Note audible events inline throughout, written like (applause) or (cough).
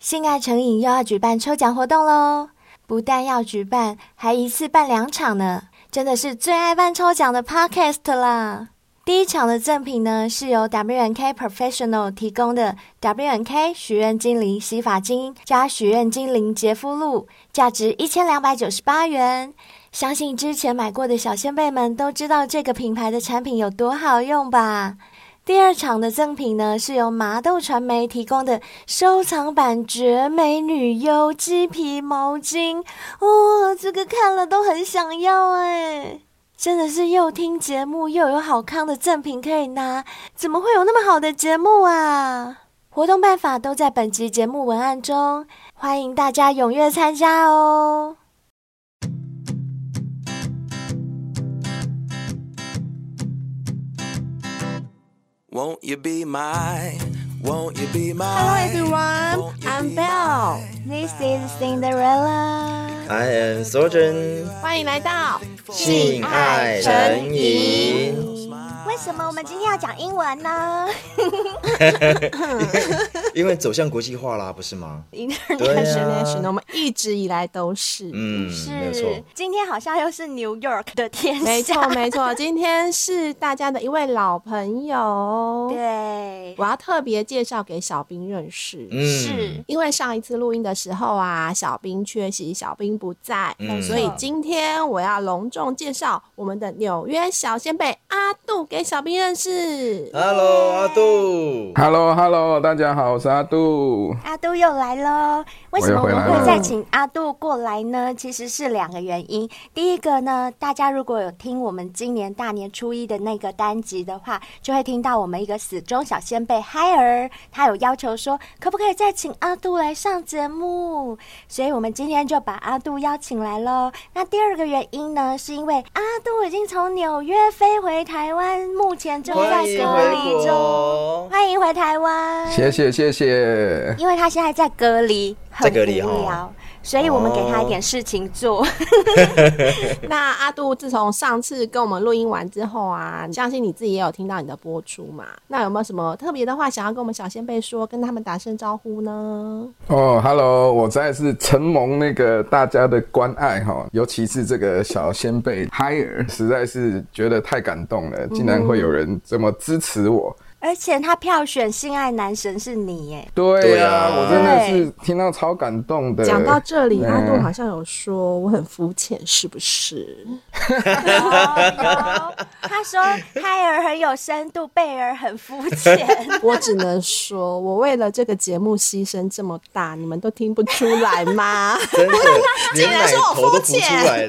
性爱成瘾又要举办抽奖活动喽！不但要举办，还一次办两场呢，真的是最爱办抽奖的 Podcast 啦！第一场的赠品呢，是由 WNK Professional 提供的 WNK 许愿精灵洗发精加许愿精灵洁肤露，价值一千两百九十八元。相信之前买过的小先辈们都知道这个品牌的产品有多好用吧？第二场的赠品呢，是由麻豆传媒提供的收藏版绝美女优鸡皮毛巾，哦，这个看了都很想要哎！真的是又听节目又有好康的赠品可以拿，怎么会有那么好的节目啊？活动办法都在本集节目文案中，欢迎大家踊跃参加哦！ Won't you be my? Won't you be my? Hello everyone, I'm Belle. This is Cinderella. I am Sojourn，欢迎来到性爱成瘾。为什么我们今天要讲英文呢？因为走向国际化啦，不 (laughs) 是吗？ international，我们一直以来都是。嗯，没有是错，，今天好像又是 New York 的天下。没错，没错， (laughs) 今天是大家的一位老朋友， (laughs) 对，我要特别介绍给小兵认识，嗯，是因为上一次录音的时候啊，小兵缺席，小兵不在，嗯所以今天我要隆重介绍我们的纽约小先辈阿杜给小兵认识。 Hello，阿杜， h e l l o h e l l o 大家好，我是阿杜。阿杜又来喽。为什么我我又回来们了会再请阿杜过来呢？其实是两个原因。第一个呢，大家如果有听我们今年大年初一的那个单集的话，就会听到我们一个死忠小先辈嗨儿，他有要求说，可不可以再请阿杜来上节目？所以我们今天就把阿杜邀请来喽。那第二个原因呢，是因为阿杜已经从纽约飞回台湾，目前正在欢迎隔回离中。国，欢迎回台湾，谢谢谢谢，因为他现在在隔离，很在隔离无哦聊，所以我们给他一点事情哦做。那阿杜自从上次跟我们录音完之后啊，相信你自己也有听到你的播出嘛？那有没有什么特别的话想要跟我们小先辈说，跟他们打声招呼呢？哦、h e l l o 我再次承蒙那个大家的关爱哈，尤其是这个小先辈 Hire，实在是觉得太感动嗯了，竟然会有人这么支持我。 (laughs) 而且他票选性爱男神是你 (laughs) 耶，对对呀、啊我真的是听到超感动呃的。讲到这里，嗯阿杜好像有说我很肤浅，是不是？他说胎儿很有深度，贝儿很肤浅。 (laughs) 我只能说，我为了这个节目牺牲这么大，你们都听不出来吗？ (laughs) 真的，竟连然奶说我头肤都浮出来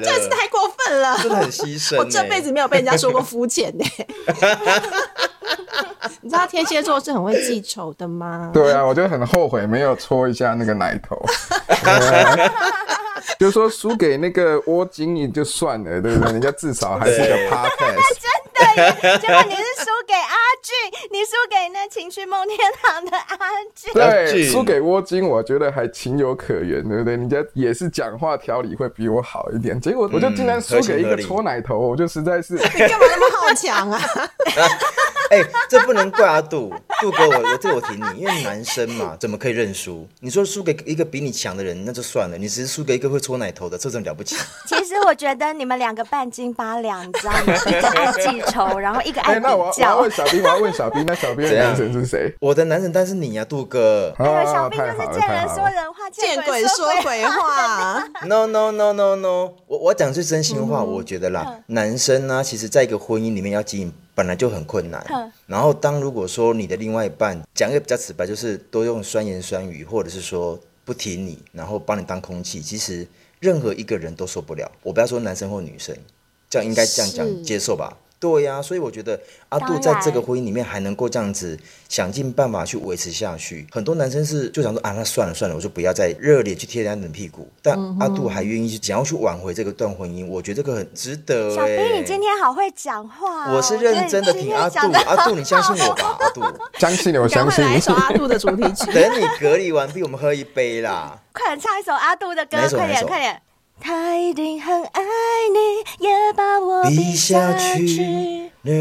浅，了，真是太过分了，真的很牺牲欸我这辈子没有被人家说过肤浅呢。 (laughs) 你知道天蝎座是很会记仇的吗？对啊，我就很后悔没有搓一下那个奶 (laughs) 头。对啊就说输给那个窝精也就算了，对不对？人家至少还是个 podcast。结果你是输给阿俊，你输给那情趣梦天堂的阿 (laughs) 俊。要对，进输给窝金，我觉得还情有可原，对不对？人家也是讲话条理会比我好一点，结果我就竟然输合给一情合个理搓奶头，我就实 (laughs) 在是，你干嘛那么好强啊？哎、这不能怪阿杜，杜哥我我这我挺你，因为男生嘛， (laughs) 怎么可以认输？你说输给一个比你强的人，那就算了，你只是输给一个会搓奶头的，这种了不起？其实我觉得你们两个半斤八两，你知道吗？一个爱记仇，然后一个 (laughs) 哎、爱比那我要我较要问。小兵，我要问小兵，那小兵的怎样男神 (laughs) 是谁？哦我的男人当然是你呀、杜哥。那个小兵就太好了，是见太人好说了。人话，见鬼说鬼鬼话， (laughs) No no no no no，我我讲句真心话，我觉得啦，男生呢、其实在一个婚姻里面要经营本来就很困难。然后当如果说你的另外一半讲一个比较直白，就是都用酸言酸语，或者是说不提你，然后把你当空气，其实任何一个人都受不了。我不要说男生或女生，这样应该这样是讲接受吧。对呀、所以我觉得阿当杜然在这个婚姻里面还能够这样子想尽办法去维持下去。很多男生是就想说啊，那算了算了，我就不要再热脸去贴人家冷屁股。但嗯阿杜还愿意去想要去挽回这个段婚姻，我觉得这个很值得、欸。小兵，你今天好会讲话、哦。我是认真的挺阿杜，阿杜你相信我吧，阿杜。相信你，我赶相快信来一你。首阿杜的主题曲。等你隔离完毕，我们喝一杯啦。快点唱一首阿杜的歌哪，一首快哪一点，首快点。他一定很爱你，也把我比下下去。。 (laughs) 你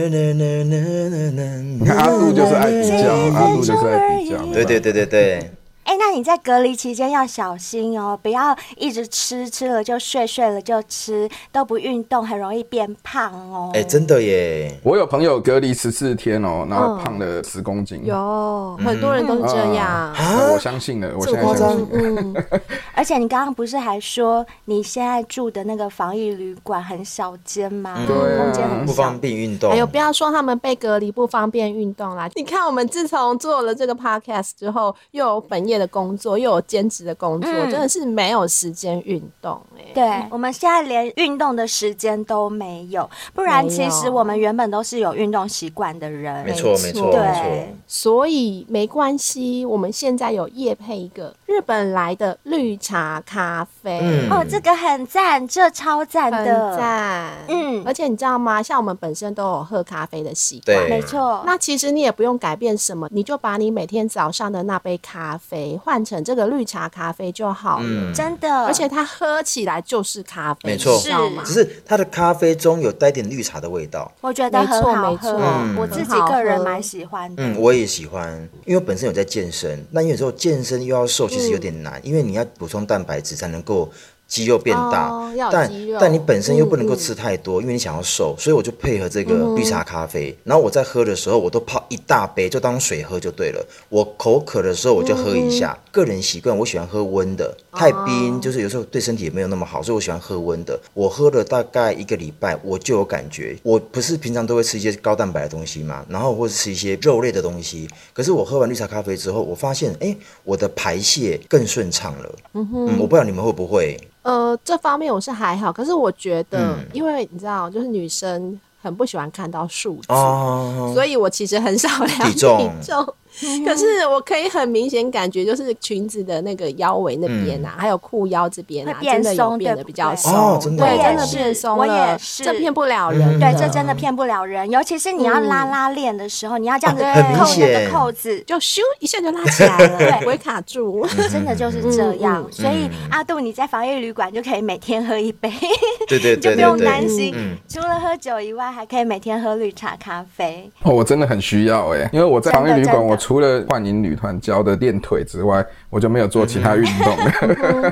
看阿杜就是爱比较，阿杜就是爱比较。嗯对对对对对，哎、那你在隔离期间要小心哦，不要一直吃，吃了就睡，睡了就吃，都不运动，很容易变胖哦。哎、真的耶，我有朋友隔离十四天哦，然嗯后胖了十公斤。有很多人都是这嗯样。啊我相信了，我现在这么夸相张信了。嗯，而且你刚刚不是还说你现在住的那个防疫旅馆很小间吗？嗯对啊空间很不小方。便运动。还有不要说他们被隔离不方便运动啦。你看，我们自从做了这个 podcast 之后，又有本业的工作，又有兼职的工作，嗯真的是没有时间运动哎、对，我们现在连运动的时间都没有，不然没其有实我们原本都是有运动习惯的人。没错，没没错错，对没错。所以没关系，我们现在有夜配一个日本来的绿茶咖啡，嗯哦，这个很赞，这超赞很的，赞。嗯而且你知道吗？像我们本身都有喝咖啡的习惯，对，没错。那其实你也不用改变什么，你就把你每天早上的那杯咖啡换成这个绿茶咖啡就好了。嗯，真的，而且它喝起来就是咖啡，没错你知道吗是只？是它的咖啡中有带点绿茶的味道。我觉得没错很好没喝错，嗯我自己很好个人喝蛮喜欢的。嗯，我也喜欢，因为我本身有在健身，那有时候健身又要瘦，其嗯实有点难，因为你要补充蛋白质才能够肌肉变大，哦要有但肌肉但你本身又不能嗯够嗯嗯吃太多，因为你想要瘦，所以我就配合这个绿茶咖啡，然后我在喝的时候，我都泡一大杯，就当水喝就对了。我口渴的时候我就喝一嗯下，个人习惯，我喜欢喝温的，太哦冰就是有时候对身体也没有那么好，所以我喜欢喝温的。我喝了大概一个礼拜，我就有感觉。我不是平常都会吃一些高蛋白的东西嘛，然后或者吃一些肉类的东西，可是我喝完绿茶咖啡之后，我发现，哎，我的排泄更顺畅了。嗯我不知道你们会不会。呃，这方面我是还好，可是我觉得，嗯因为你知道，就是女生很不喜欢看到数字，哦，所以我其实很少量体重体重可是我可以很明显感觉，就是裙子的那个腰围那边啊，还有裤腰这边啊，会变真的有松变对得不比较对松，嗯哦真的对，哦真的我也变是松我也了，是这骗不了嗯人的，对，这真的骗不了人，尤其是你要拉拉链的时候，你要这样子对很明扣那个嗯显嗯扣子，就咻一下就拉起来 (laughs) 了，不会卡住。真的就是这样。嗯所以阿杜，你在防疫旅馆就可以每天喝一杯，对对就对不对用对，担心。嗯除了喝酒以外，还可以每天喝绿茶咖啡。哦，我真的很需要哎、因为我在防疫旅真馆，的我除了幻影女团教的练腿之外，我就没有做其他运动嗯 (laughs) 了。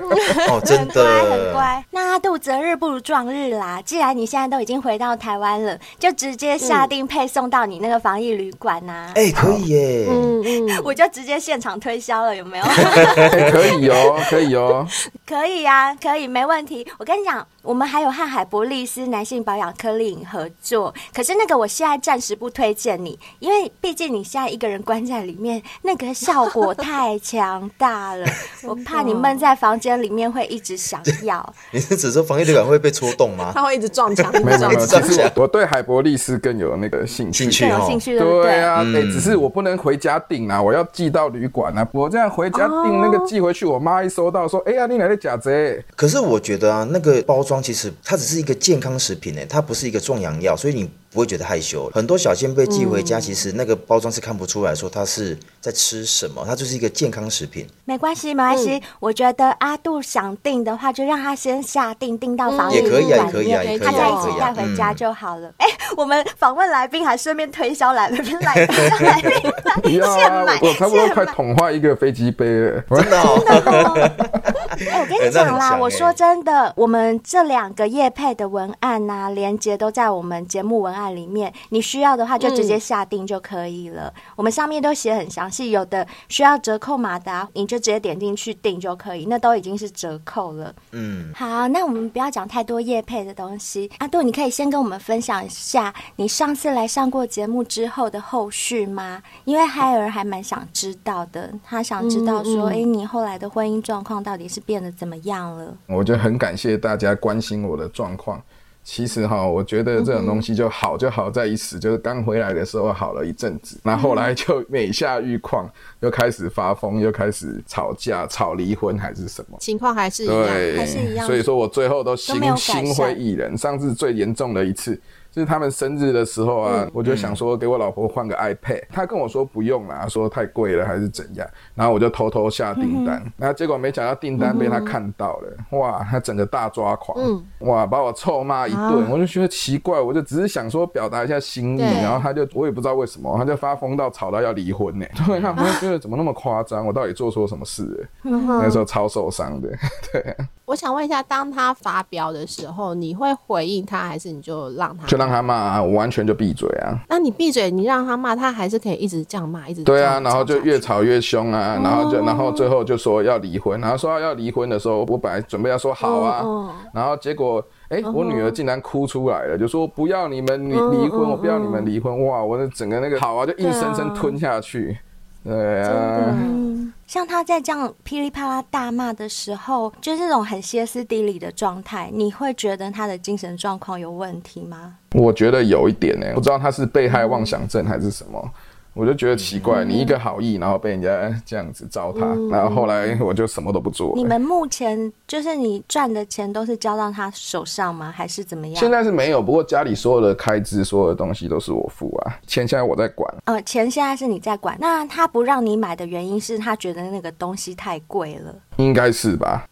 哦，真很乖，很的，乖。那阿杜择日不如撞日啦！既然你现在都已经回到台湾了，就直接下定配送到你那个防疫旅馆呐、哎，可以耶，嗯嗯，我就直接现场推销了，有没有？哎可以哦，可 (laughs) 以哦。可以啊，可以，没问题。我跟你讲，我们还有和海博利斯男性保养科丽影合作，可是那个我现在暂时不推荐你，因为毕竟你现在一个人关在里面，那个效果太强大了，我怕你闷在房间里面会一直想要。你是指说防疫旅馆会被戳动吗？ (laughs) 他会一直撞墙，一没有直没有撞没有，墙。其实我我对海博利斯更有那个兴趣。兴趣更有哦兴趣对不对对？啊，哎、只是我不能回家订啊，我要寄到旅馆啊。我这样回家哦订那个寄回去，我妈一收到说，哎、呀，你哪在假贼？可是我觉得啊，那个包装其实它只是一个健康食品诶，它不是一个壮阳药，所以你不会觉得害羞。很多小鲜贝寄回嗯家，其实那个包装是看不出来说它是在吃什么，它就是一个健康食品。没关系，没关嗯系。我觉得阿杜想订的话，就让他先下订，订到防疫也可旅以啊馆也可里以啊面，也可以他啊再一起也可以带啊回家就好了。 (laughs) 哎，我们访问来宾还顺便推销来宾，来宾，来 (laughs) 宾，来宾，要 (laughs) 啊现买，，我差不多现快买。捅坏一个飞机杯了。真的哦，哎、我跟你哎那很讲啦，香我哎说真的，我们这两个业配的文案呐、连接都在我们节目文案里面，你需要的话就嗯直接下定就可以了。我们上面都写很详细，有的需要折扣码的、啊，你就直接点进去订就可以，那都已经是折扣了。嗯，好，那我们不要讲太多业配的东西。阿杜，你可以先跟我们分享一下你上次来上过节目之后的后续吗？因为海尔还蛮想知道的，他想知道说，嗯嗯哎、你后来的婚姻状况到底是变得怎么样了？我就很感谢大家关心我的状况。其实哈，我觉得这种东西就好就好在一时，就是刚回来的时候好了一阵子，那后来就每下愈况，又开始发疯，又开始吵架，吵离婚还是什么。情况还是一样，对，还是一样所以说我最后都都没有心改善心灰意冷。上次最严重的一次就是他们生日的时候啊，我就想说给我老婆换个 iPad，她跟我说不用啦，说太贵了还是怎样，然后我就偷偷下订单，那结果没想到订单被她看到了，哇，她整个大抓狂，哇，把我臭骂一顿，我就觉得奇怪，我就只是想说表达一下心意，对然后她就我也不知道为什么，她就发疯到吵到要离婚呢、 (laughs) 对，那我就觉得怎么那么夸张，我到底做错什么事了？那时候超受伤的，对，我想问一下，当他发飙的时候，你会回应他，还是你就让他？就让她骂、啊，我完全就闭嘴啊。那你闭嘴，你让他骂，他还是可以一直这样骂，一直对这啊，样哦然后讲就下去越吵越凶啊，然后就然后最后就说要离婚，然后说要离婚的时候，我本来准备要说好嗯啊，然后结果哎，哦我女儿竟然哭出来了，就说不要你们离离哦婚，我不要你们离婚，哇，我的整个那个好啊，就硬生生吞下去，对啊，嗯像他在这样噼里啪啦大骂的时候，就是这种很歇斯底里的状态，你会觉得他的精神状况有问题吗？我觉得有一点呢，欸不知道她是被害妄想症还是什么。我就觉得奇嗯怪，你一个好意，然后被人家这样子糟蹋，然后后来我就什么都不做了。你们目前就是你赚的钱都是交到他手上吗？还是怎么现样？在是没有，不过家里所有的开支、所有的东西都是我付啊，钱现在我在管。呃，钱现在是你在管，那他不让你买的原因是他觉得那个东西太贵了，应该是吧？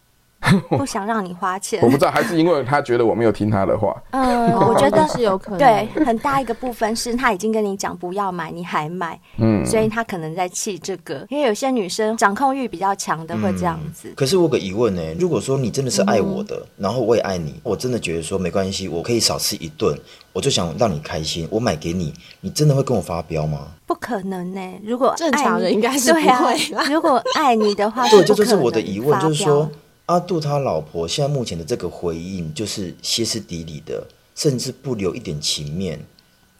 不想让你花钱我。不知道，还是因为他觉得我没有听他的话。嗯，哦我觉得 (laughs) 是有可能。对，很大一个部分是他已经跟你讲不要买，你还买，嗯，所以他可能在气这个。因为有些女生掌控欲比较强的会这样子。可是我有个疑问呢、如果说你真的是爱我嗯的，然后我也爱你，我真的觉得说没关系，我可以少吃一顿，我就想让你开心，我买给你，你真的会跟我发飙吗？不可能呢、如果正常人爱你应该是不对啊会啦如果爱你的话，对，不这就可是我能的疑问，发就是说飙，阿杜他老婆现在目前的这个回应就是歇斯底里的，甚至不留一点情面。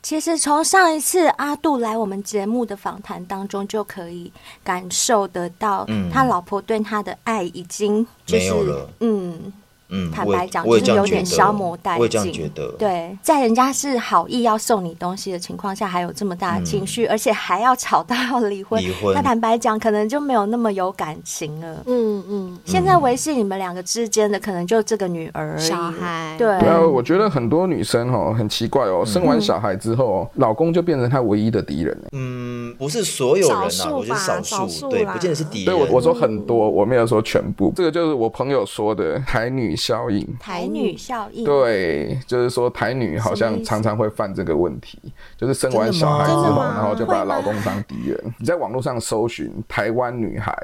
其实从上一次阿杜来我们节目的访谈当中，就可以感受得到，他老婆对他的爱已经就是嗯没有了嗯，嗯，坦我也白讲，我也就是这样有觉得，点消磨殆尽。我也这样觉得，，对，在人家是好意要送你东西的情况下，还有这么大的情绪，而且还要吵到要离婚，嗯离婚那坦白讲，可能就没有那么有感情了。嗯嗯，现在维系你们两个之间的，可能就这个女儿而已小哎孩嗯对然后啊我觉得很多女生哦很奇怪哦，生完小孩之后，老公就变成她唯一的敌人。嗯，不是所有人少数啊，我觉得吧少少数对，啦不见得是敌对人。我我说很多，我没有说全部。这个就是我朋友说的台女效应。台嗯女效应。对，就是说台女好什么像意思常常会犯这个问题，就是生完真的吗小孩之真的后，吗然后就把老公当敌人。你在网络上搜寻台湾女孩、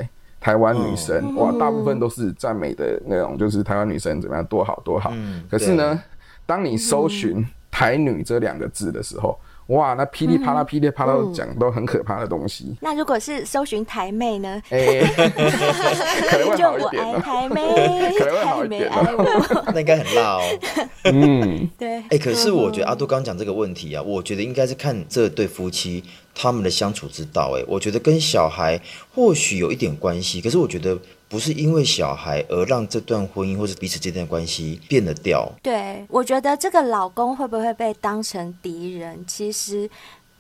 台湾女生，哦哇，大部分都是赞美的那种，就是台湾女生怎么样多好多好。嗯可是呢，当你搜嗯寻台女这两个字的时候，哇，那噼里嗯啪啦、噼里啪啦地讲都很可怕的 (laughs) 东西。那如果是搜寻台妹呢？哎， (laughs) 可能会就好一我点爱哦。台妹 (laughs) 可能会，好台一妹点爱我。 (laughs) 那应该很辣哦。嗯，对，哎、可是嗯我觉得阿杜刚讲这个问题啊，我觉得应该是看这对夫妻他们的相处之道、哎，我觉得跟小孩或许有一点关系，可是我觉得不是因为小孩而让这段婚姻或是彼此之间的关系变得掉。对，我觉得这个老公会不会被当成敌人，其实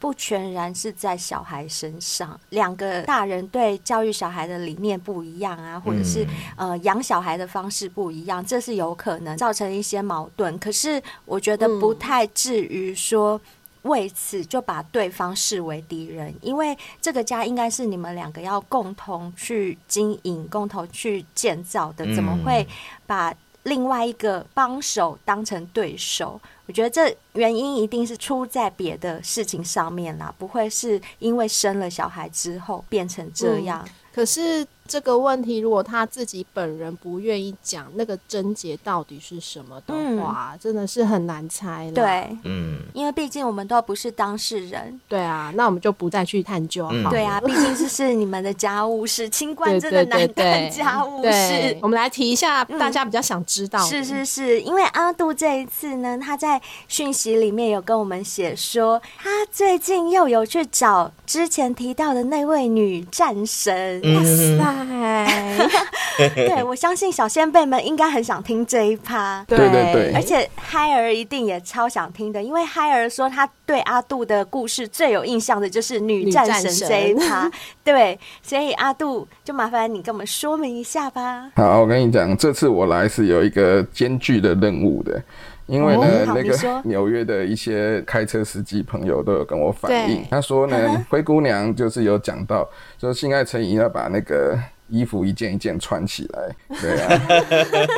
不全然是在小孩身上。两个大人对教育小孩的理念不一样啊，或者是、呃养小孩的方式不一样，这是有可能造成一些矛盾。可是我觉得不太至于说。为此就把对方视为敌人，因为这个家应该是你们两个要共同去经营、共同去建造的，怎么会把另外一个帮手当成对手？我觉得这原因一定是出在别的事情上面啦，不会是因为生了小孩之后变成这样。可是这个问题，如果他自己本人不愿意讲，那个症结到底是什么的话，真的是很难猜了。对，嗯，因为毕竟我们都不是当事人，对啊，那我们就不再去探究好嗯了。对 (laughs) 啊，毕竟这是你们的家务事，清官哦对真的对难对干对，家务事对。我们来提一下大家比较想知道的、是是是，因为阿杜这一次呢，他在讯息里面有跟我们写说，他最近又有去嗯找之前提到的那位女战神。哇塞， (laughs) 对，我相信小先辈们应该很想听这一趴。对对对而且嗨儿一定也超想听的，因为嗨儿说他对阿杜的故事最有印象的就是女女战战神神这一趴。 (laughs) 对，所以阿杜就麻烦你跟我们说明一下吧。好，我跟你讲，这次我来是有一个艰巨的任务的，因为呢，哦好那你说个 (laughs) 纽约的一些开车司机朋友都有跟我反映 (laughs) 对，他说嗯呢，灰姑娘就是有讲到，说性爱成瘾要把那个衣服一件一件穿起 (laughs) 来，对啊。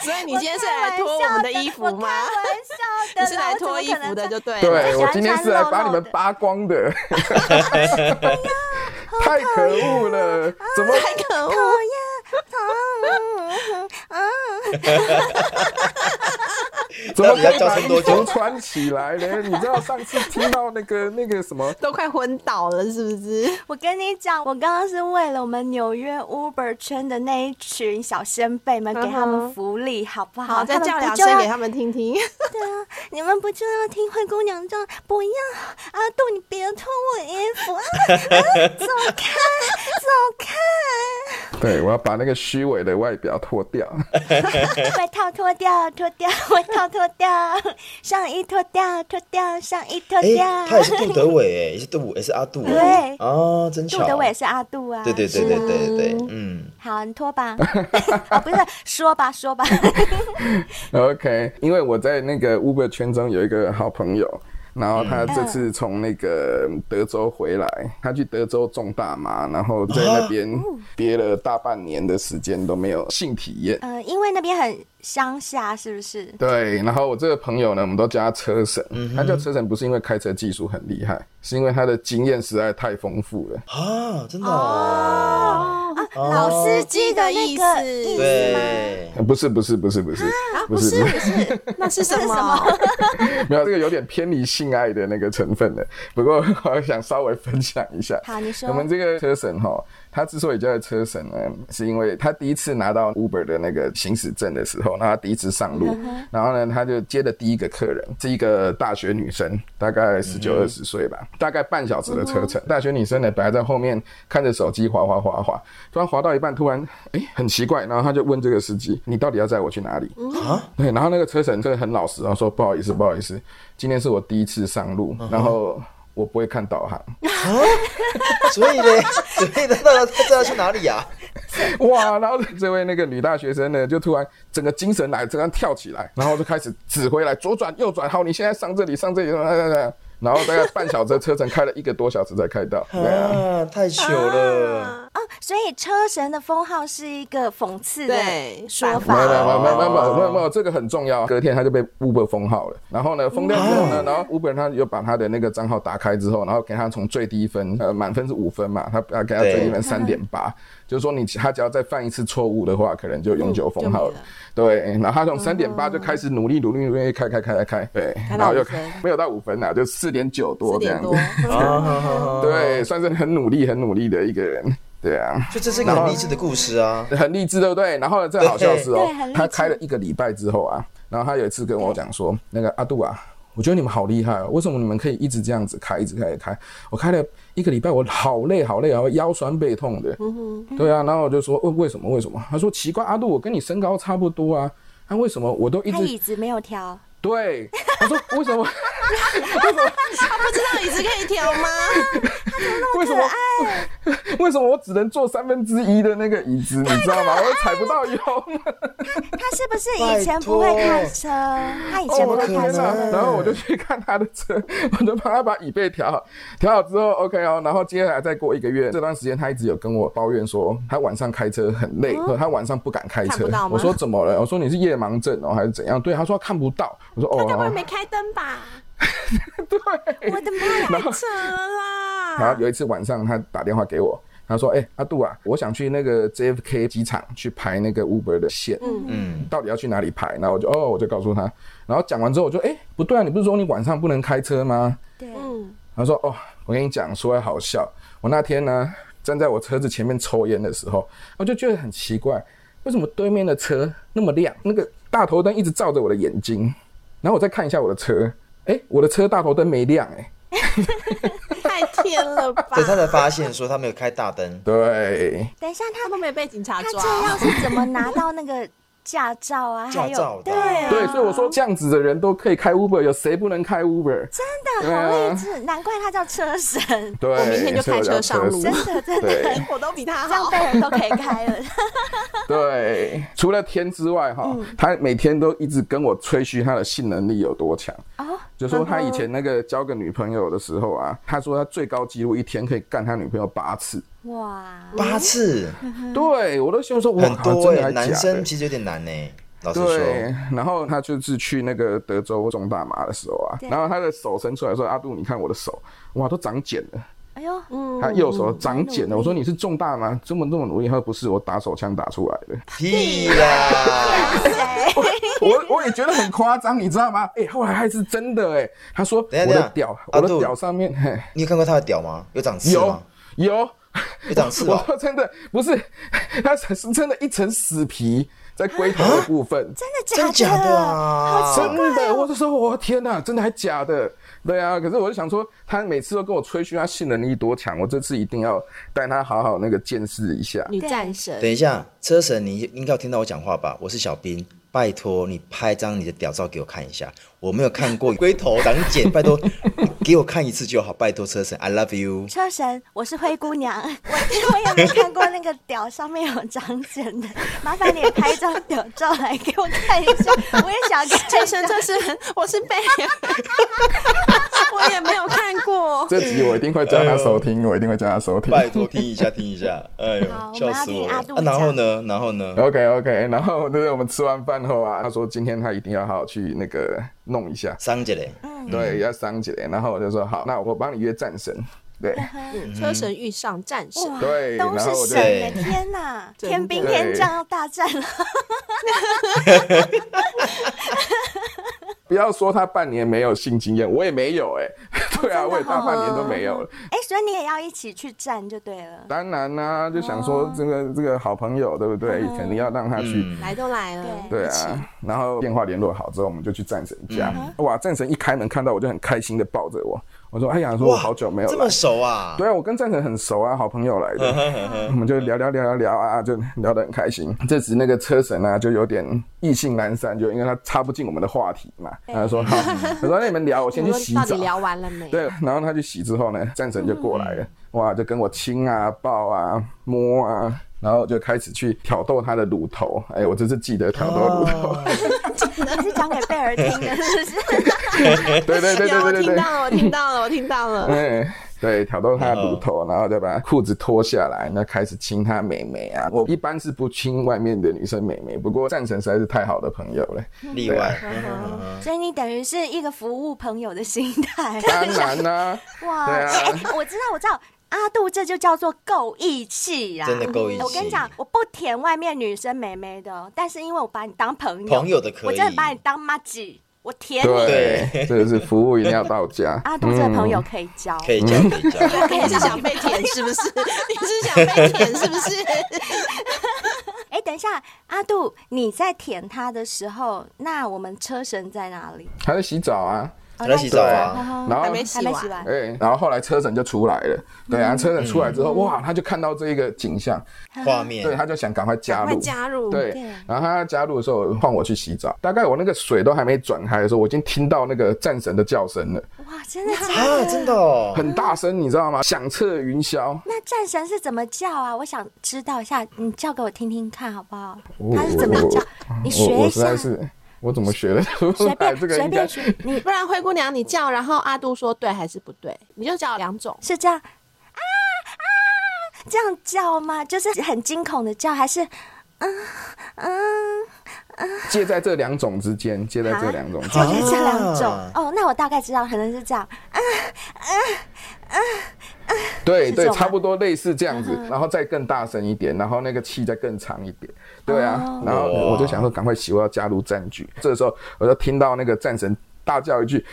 所以你今天是来脱我们的衣服我开？吗玩笑的你啦，是来脱衣服的就对 (laughs) 了。对，我我喜欢今天穿是来露把露你们的哎扒 (laughs) 光的。 (laughs) 太可啊恶了！(laughs) 怎么太可恶！怎么到底要可以把叫声衣多久服穿起来呢？你知道上次听到那个那个什么都快昏倒了，是不是？我跟你讲，我刚刚是为了我们纽约 Uber 圈的那一群小先辈们，嗯哼给他们福利，好不好？好，再叫两不就声给要他们听听。对啊，你们不就要听灰姑娘这样？不要，阿杜，你别脱我衣服 (laughs) 啊！啊走开，走开！对，我要把那个虚伪的外表脱掉。啊 (laughs) 外套脱掉，脱掉，外套脱掉，上衣脱掉，脱掉，上衣脱哎、掉。他也是杜德伟哎，也是杜，也是阿杜哎 (laughs) 对，哦，真巧，杜德伟也是阿杜啊。对对对对对对对，嗯，好，你脱 (laughs) 吧。啊，不是，说吧，说吧。 OK，因为我在那个 Uber 圈中有一个好朋友，然后他这次从那个德州回来，他去德州种大麻，然后在那边憋了大半年的时间都没有性体验。呃，因为那边很乡下，是不是？对，然后我这个朋友呢，我们都叫他车神。他叫车神不是因为开车技术很厉害，是因为他的经验实在太丰富了。啊，真的哦，啊，老司机的那个司意机的意思思吗？啊对，呃不是不是不是不是不是不是， (laughs) 那是什么？ (laughs) 没有这个有点偏离性爱的那个成分了。不过我想稍微分享一下。 (laughs) 好，你说我。们这个车神哈，他之所以叫车神呢，是因为他第一次拿到 Uber 的那个行驶证的时候，那他第一次上嗯路，然后呢，他就接的第一个客人是一个大学女生，大概十九二十岁吧，大概半小时的车嗯程。大学女生呢，本来在后面看着手机滑滑滑滑，突然滑到一半，突然哎、很奇怪，然后他就问这个司机：“你到底要载我去哪里？”啊对，然后那个车神真的很老实，然后啊说不好意思，不好意思，今天是我第一次上路，然后我不会看导航。 (laughs) 所以呢， (laughs) 所以呢，那他知道去哪里啊 (laughs) 呀？哇！然后这位那个女大学生呢，就突然整个精神来，突然跳起来，然后就开始指挥来左转右转，好，你现在上这里上这里，然后大概半小时的车程开了一个多小时才开到，对啊。啊，太糗了，哦，所以车神的封号是一个讽刺的对说没有没有法。没有没有没有没有没有，这个很重要。隔天他就被 Uber 封号了，然后呢封掉之后呢，然后 Uber 他又把他的那个账号打开之后，然后给他从最低分，呃满分是五分嘛，他他给他最低分三点八，就是说你他只要再犯一次错误的话，可能就永久封号了。对，然后他从三点八就开始努力努力努力开开开开开，对，开到然后又五分没有到五分啦，啊就四点 (laughs) 九四多这点样子多，，啊，对，算是很努力很努力的一个人，对啊。就这是一个很励志的故事啊， (laughs) 很励志，对不对？然后呢，最好笑的是哦对很励，志他开了一个礼拜之后啊，然后他有一次跟我讲说，那个阿杜啊，我觉得你们好厉害哦，为什么你们可以一直这样子开，一直开，一直开？我开了一个礼拜，我好累，好累，然后腰酸背痛的。嗯对啊，然后我就说，问为什么？为什么？他说奇怪，阿杜，我跟你身高差不多啊，那为什么我都一他直椅子没有调，对？他说为 (laughs) 什么？他不知道椅子可以调 (laughs) 吗？ (laughs) 为什么？ (laughs) 为什么我只能坐三分之一的那个椅子，你知道吗？我踩不到腰。他是不是以前不会开车？他以前不哦我会的开天哪车。然后我就去看他的车， (laughs) 我就帮他把椅背调好，调好之后 OK 哦，然后接下来再过一个月，这段时间他一直有跟我抱怨说，他晚上开车很累，可他晚上不敢开啊看车不到。吗我说怎么了？我说你是夜盲症哦，还是怎样？对，他说看不到。我说哦，该不会好没开灯吧？ (laughs) 我的妈呀！扯啦！然后有一次晚上，他打电话给我，他说：“哎、阿杜啊，我想去那个 JFK 机场去排那个 Uber 的线，嗯嗯，到底要去哪里排？”然后我就哦，我就告诉他，然后讲完之后，我就哎、不对啊，你不是说你晚上不能开车吗？对，他说：“哦，我跟你讲，说来好笑，我那天呢站在我车子前面抽烟的时候，我就觉得很奇怪，为什么对面的车那么亮，那个大头灯一直照着我的眼睛，然后我再看一下我的车，哎、我的车大头灯没亮、哎。 (laughs) 太天了吧？所以他才发现说他没有开大灯。对，等一下，他他都没被警察他抓，这样是怎么拿到那个驾照啊？驾还有照的对啊，对，所以我说这样子的人都可以开 Uber，有谁不能开 Uber？真的对啊好励志，难怪他叫车神，对，我明天就开车上路所以我叫车真神的真的，对我都比他这样好。被人都可以开了。 (laughs) 对，除了天之外，哈、他每天都一直跟我吹嘘他的性能力有多强。哦，就说他以前那个交个女朋友的时候啊，他说他最高纪录一天可以干他女朋友八次。哇，八次，对我都希望说，嗯哇很，靠多真哎、的还男假生的？其实有点难呢、老实对说，，然后他就是去那个德州种大麻的时候啊，对然后他的手伸出来说：“阿杜，你看我的手，哇，都长茧了。”哎呦，嗯他右手长茧了。我说你是中大吗？这么这么努力？他说不是，我打手枪打出来的。屁啦！哎 (laughs) 我我也觉得很夸张，你知道吗？哎、后来还是真的哎、他说等一下我的屌，等一下阿我的杜哦屌上面嘿你有看过他的屌吗？有长刺有吗？有有长刺 (laughs) 我哦、说真的不是， (laughs) 他是真的一层死皮在龟头啊的部分，真真的的假假的啊？真的，我就说我天哪，真的还假的？对啊，可是我就想说，他每次都跟我吹嘘他性能力多强，我这次一定要带他好好那个见识一嗯下。女战神，等一下，车神，你应该有听到我讲话吧？我是小兵，拜托你拍张你的屌照给我看一下，我没有看过龟头长茧，拜托你给我看一次就好，拜托车神，I love you。车神，我是灰姑娘， (laughs) 我我也没看过那个屌上面有长茧的，麻烦你也拍一张屌照来给我看一下，我也想看车 (laughs) 一下。神，车神，我是 (laughs) 被，我也没有看过。这集我一定会叫他收听，我一定会叫他收听。 (laughs) 拜托听一下，听一下，哎呦好，笑死我们要听我阿了杜。啊，讲然后呢？然后嗯呢？ OK OK，然后就是我们吃完饭后啊，他说今天他一定要好好去那个弄一嗯下，桑姐嘞，对，要伤几嘞。然后我就说好，那我帮你约战神，对嗯车神遇上战神，哇对，然都后我是就神耶！对天哪，真的天兵天将要大战了，不要说他半年没有性经验，我也没有哎、 (laughs) 对真啊，的我也大哦半年都没有了。哎，所以你也要一起去战就对了。当然啦、就想哦说这个这个好朋友，对不嗯对？肯定要让他去。嗯，来都来了，对啊，然后电话联络好之后，我们就去战神家。嗯哇，战神一开门看到我就很开心的抱着我，我说：“哎呀，说我好久没有这来么熟啊？对啊，我跟战神很熟啊，好朋友来嗯的，我们就聊聊聊聊聊啊，就聊得很开心。嗯这时那个车神啊，就有点意兴阑珊，就因为他插不进我们的话题嘛，他就说好，我说那你们聊，我先哎我去们洗到底澡。聊完了没？ (laughs) 对，然后他去洗之后呢，战神就过来了，嗯哇，就跟我亲啊、抱啊、摸啊。然后就开始去挑逗他的乳头，哎，我这次记得挑逗乳哦头，你是讲给贝尔听的，是不是？对对对有，对我对听对对，到了，我听到了，我听到了。哎，对，挑逗她的乳头，然后再把她裤子脱下来，那开始亲她美眉啊。我一般是不亲外面的女生美眉，不过战神实在是太好的朋友了。例外。所以你等于是一个服务朋友的心态。当然啦、 (laughs) 哇，对哎、啊 (laughs) 我知道，我知道。阿杜，这就叫做够义气啊！真的够义气我跟你讲，我不舔外面女生妹妹的哦，但是因为我把你当朋友，朋友的可以我真的把你当妈姐，我舔你。对，啊这个是服务一定要到家。嗯阿杜这个朋友可以交，可以讲，可以讲。你是想被舔是不 (laughs) 是？你是想被舔是不是？ (laughs) 哎、等一下，阿杜，你在舔他的时候，那我们车神在哪里？她在洗澡啊，哦他在洗澡那你啊，哦然还后没还没洗完，哎、然后后来车神就出来了，对啊，车神出来之后，哇，他就看到这一个景象，画面对，他就想赶快加快入，加入，对对，然后他加入的时候换我去洗澡，大概我那个水都还没转开的时候，我已经听到那个战神的叫声了，哇，真的假啊，的？真的哦，很大声，你知道吗？响彻云霄。那战神是怎么叫啊？我想知道一下，你叫给我听听看好不好？我他是怎么叫？你学我我一实在下，是，我怎么学的？随便 (laughs) 这个随应该便学，你不然灰姑娘你叫，然后阿杜说对还是不对，你就叫两种。是这样啊啊这样叫吗？就是很惊恐的叫，还是介在这两种之间，介在这两种之间。就啊是这两种？哦，那我大概知道，可能是这样。对这对，种吗嗯差不多类似这样子，然后再更大声一点，然后那个气再更长一点，对哦啊，然后哇我就想说赶快洗，我要加入战局。这个时候我就听到那个战神大叫一句：“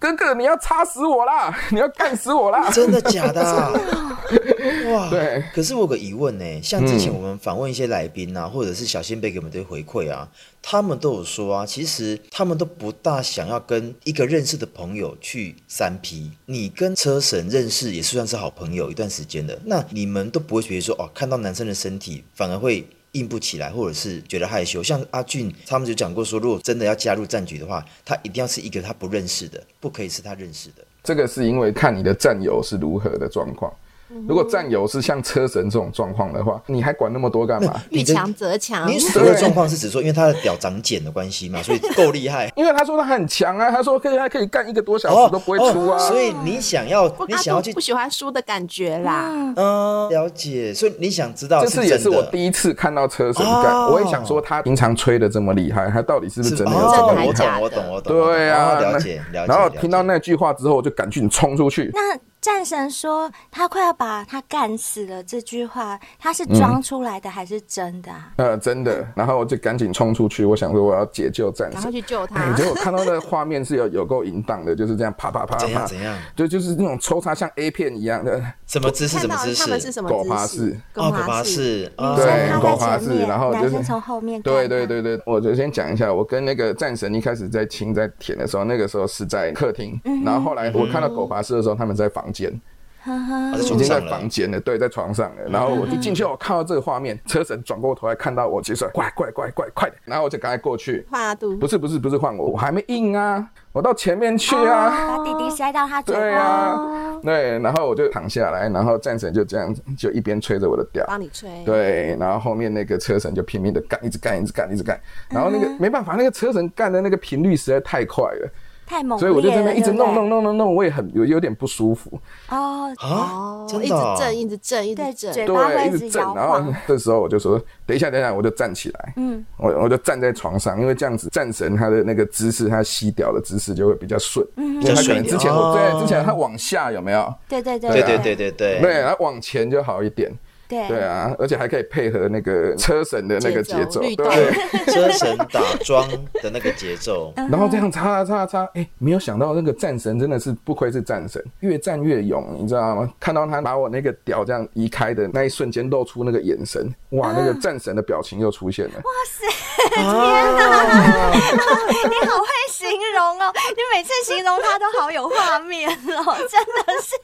哥哥，你要插死我啦！ (laughs) 你要干死我啦！ (laughs) 真的假的、啊？哇！对。可是我有个疑问呢、像之前我们访问一些来宾啊，或者是小仙贝给我们的回馈啊，他们都有说啊，其实他们都不大想要跟一个认识的朋友去三 P。你跟车神认识也算是好朋友一段时间了，那你们都不会觉得说哦，看到男生的身体反而会。硬不起来，或者是觉得害羞，像阿俊他们就讲过说，如果真的要加入战局的话，他一定要是一个他不认识的，不可以是他认识的。这个是因为看你的战友是如何的状况。嗯如果战友是像车神这种状况的话，你还管那么多干嘛？。遇的强则强你。所谓的状况是指说，因为他的屌长茧的 (laughs) 关系嘛，所以够厉害 (laughs) 因为他说他很强啊，他说可以，他可以干一个多小时都不会出啊。哦所以你想要，你阿想要杜去不，喜欢输的感觉啦，嗯，了解。所以你想知道这是次也是真我的，第一次看到车神干，哦我也想说他平常吹的这么厉害，他到底是不是是真的有真这哦么厉还我假害？懂，的我懂，我懂。对啊，哦了那解，了解。然后了解听到那句话之后，我就赶紧冲出去。 (laughs) 那战神说他快要把他干死了这句话，他是装出来的还是真的啊？呃，真的，然后我就赶紧冲出去，我想说我要解救战赶快神。去救他哎，。结果看到那画面是有有够淫荡的，就是这样啪啪啪怎啪样，怎样，就就是那种抽插像 A 片一样的，什么姿势，看什么到姿他们是势？什么狗姿爬势式？哦，狗爬式，哦所以对他狗在爬前式面，然后就男是生从后面干对他对对对，我就先讲一下，我跟那个战神一开始在亲在舔的时候，那个时候是在客厅，然后后嗯来我看到狗爬式的时候，他们在房间，啊在已床经在上了房。间了，对，在床上了。然后我一进去，我看到这个画面，车神转过头来看到我，其实快快快快快点，然后我就赶快过去，换阿杜不是不是不是换我，我还没硬啊，我到前面去啊。把弟弟塞到他嘴对巴。啊，对，然后我就躺下来，然后战神就这样，就一边吹着我的屌，帮你吹，对，然后后面那个车神就拼命的干，一直干，一直干，一直干，然后那个没办法，那个车神干的那个频率实在太快了，太猛所烈以了，我就在那边一直对不对弄弄弄弄弄，我也很有有点不舒服，哦，啊，哦，一真直的哦震，一直震，一直对震。嘴巴对，会一直直震摇，然后晃，这时候我就说等一下，等一下，我就站起来，嗯，我我就站在床上，因为这样子战神他的那个姿势，他吸屌的姿势就会比较顺，因为他可能之前我比较顺对之前他往下有没有？对对对对对对对对对对，他往前就好一点。对对啊，而且还可以配合那个车神的那个节节奏奏，律对动对。车神打桩的那个节 (laughs) 奏，然后这样擦擦擦，哎、没有想到那个战神真的是不愧是战神，越战越勇，你知道吗？看到他把我那个屌这样移开的那一瞬间，露出那个眼神，哇，那个战神的表情又出现了。哦你好会形容哦！你每次形容他都好有画面哦， (laughs) 真的是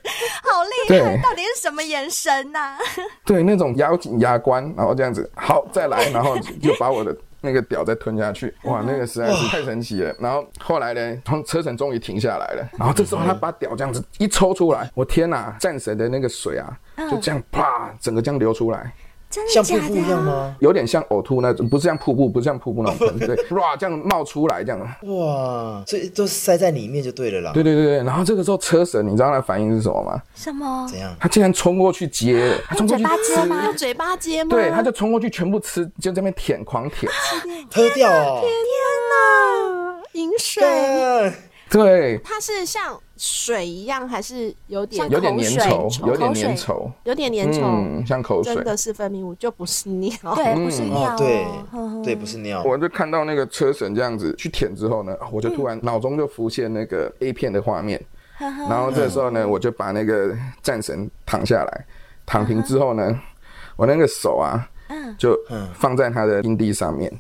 好厉害！对到底是什么眼神呐、对，那种咬紧牙关，然后这样子，好，再来，然后就把我的那个屌再吞下去，哇，那个实在是太神奇了。然后后来呢，从车程终于停下来了，然后这时候他把屌这样子一抽出来，我天哪、战神的那个水啊，就这样啪，整个这样流出来。真的像假瀑的、啊？布一样吗？有点像呕吐那种，不是像瀑布，不是像瀑布那种喷，对，哇，这样冒出来这样。哇，所以都塞在里面就对了啦。对对对对，然后这个时候车神，你知道他的反应是什么吗？什么怎？样？他竟然冲过去接了，他冲过去嘴巴接吗吃，啊用嘴巴接吗？对，他就冲过去全部吃，就在那边舔，狂舔。喝掉哦。饮水。干对，它是像水一样，还是有点像有点口粘水稠，有点口水粘稠，有点粘稠？嗯，像口水真。的是分泌物，就不是尿。对，不是尿、哦，对呵呵对，不是尿。我就看到那个车神这样子去舔之后呢，啊我就嗯突然脑中就浮现那个 A 片的 (laughs) 画面，然后这时候嗯呢，我就把那个战神躺下来，躺平嗯之后呢，我那个手啊，就放在他的阴蒂上面，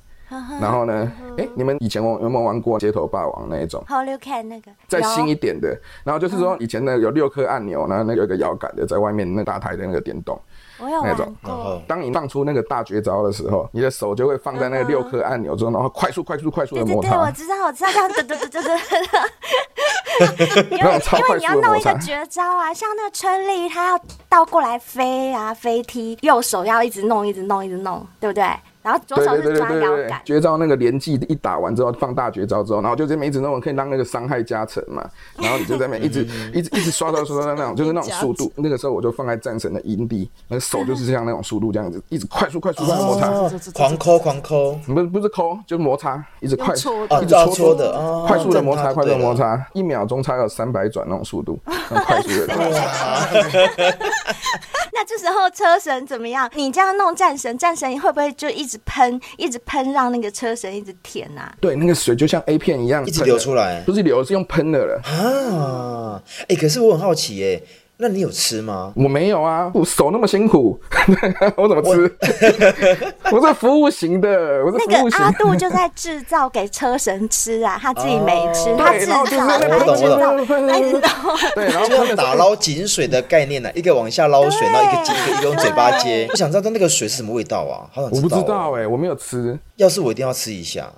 然后呢，嗯哎，你们以前玩有没有玩过街头霸王那一种？ Holy Can 那个再新一有嗯点的，然后就是说以前呢有六颗按钮，然后那有一个摇杆的，在外面那大台的那个电动，我有玩那种然过，后当你放出那个大绝招的时候，你的手就会放在那个六颗按钮中，然后快速、快速、快速对的对摩对，我擦，知道，我知道，这样，对对对对对。 (laughs) 那种超因为快你要速的弄摩一个擦。绝招啊，像那个春丽，她要倒过来飞啊，飞踢，右手要一直弄，一直弄，一直弄，对不对？然后左对手对对是对抓对摇对对杆，，绝招那个连技一打完之后，放大绝招之后，然后就这么一直弄，可以让那个伤害加成嘛，然后你就在那边一直一直一直刷刷刷刷那种，就是那种速度。那个时候我就放在战神的阴蒂，那个手就是像那种速度这样子，一直快速快速快速摩擦， (laughs) 哦狂抠狂抠，不是不是抠，就是摩擦，一直快用搓哦的一直知道搓搓的哦快速的摩擦，正常就快速对的了摩擦，一秒钟差有三百转那种速度，很快速的。那这时候车神怎么样？你这样弄战神，战神会不会就一直喷，一直喷，让那个车神一直舔啊？对，那个水就像 A 片一样一直喷流的出来不是流，是用喷的了。啊，哎、可是我很好奇、哎，那你有吃 (laughs) 吗？我没有啊，我手那么辛苦， (laughs) 我怎么吃？ (laughs) 我是服务型的，我是那服务个型阿的。杜就在制造给车神吃啊，他自己没吃，他制哦对，然后造，他我懂就是那个制我造， (laughs) 哎喷喷他一直喷到对，然后就喷像的哎打捞井水的概念呢、啊一个往下捞水，然后一个接一个一个用嘴巴接。 (laughs) 我想知道那个水是什么味道啊？好想 (laughs) 我不道、知道。哎、我没有吃。要是我一定要吃一 (laughs) 下。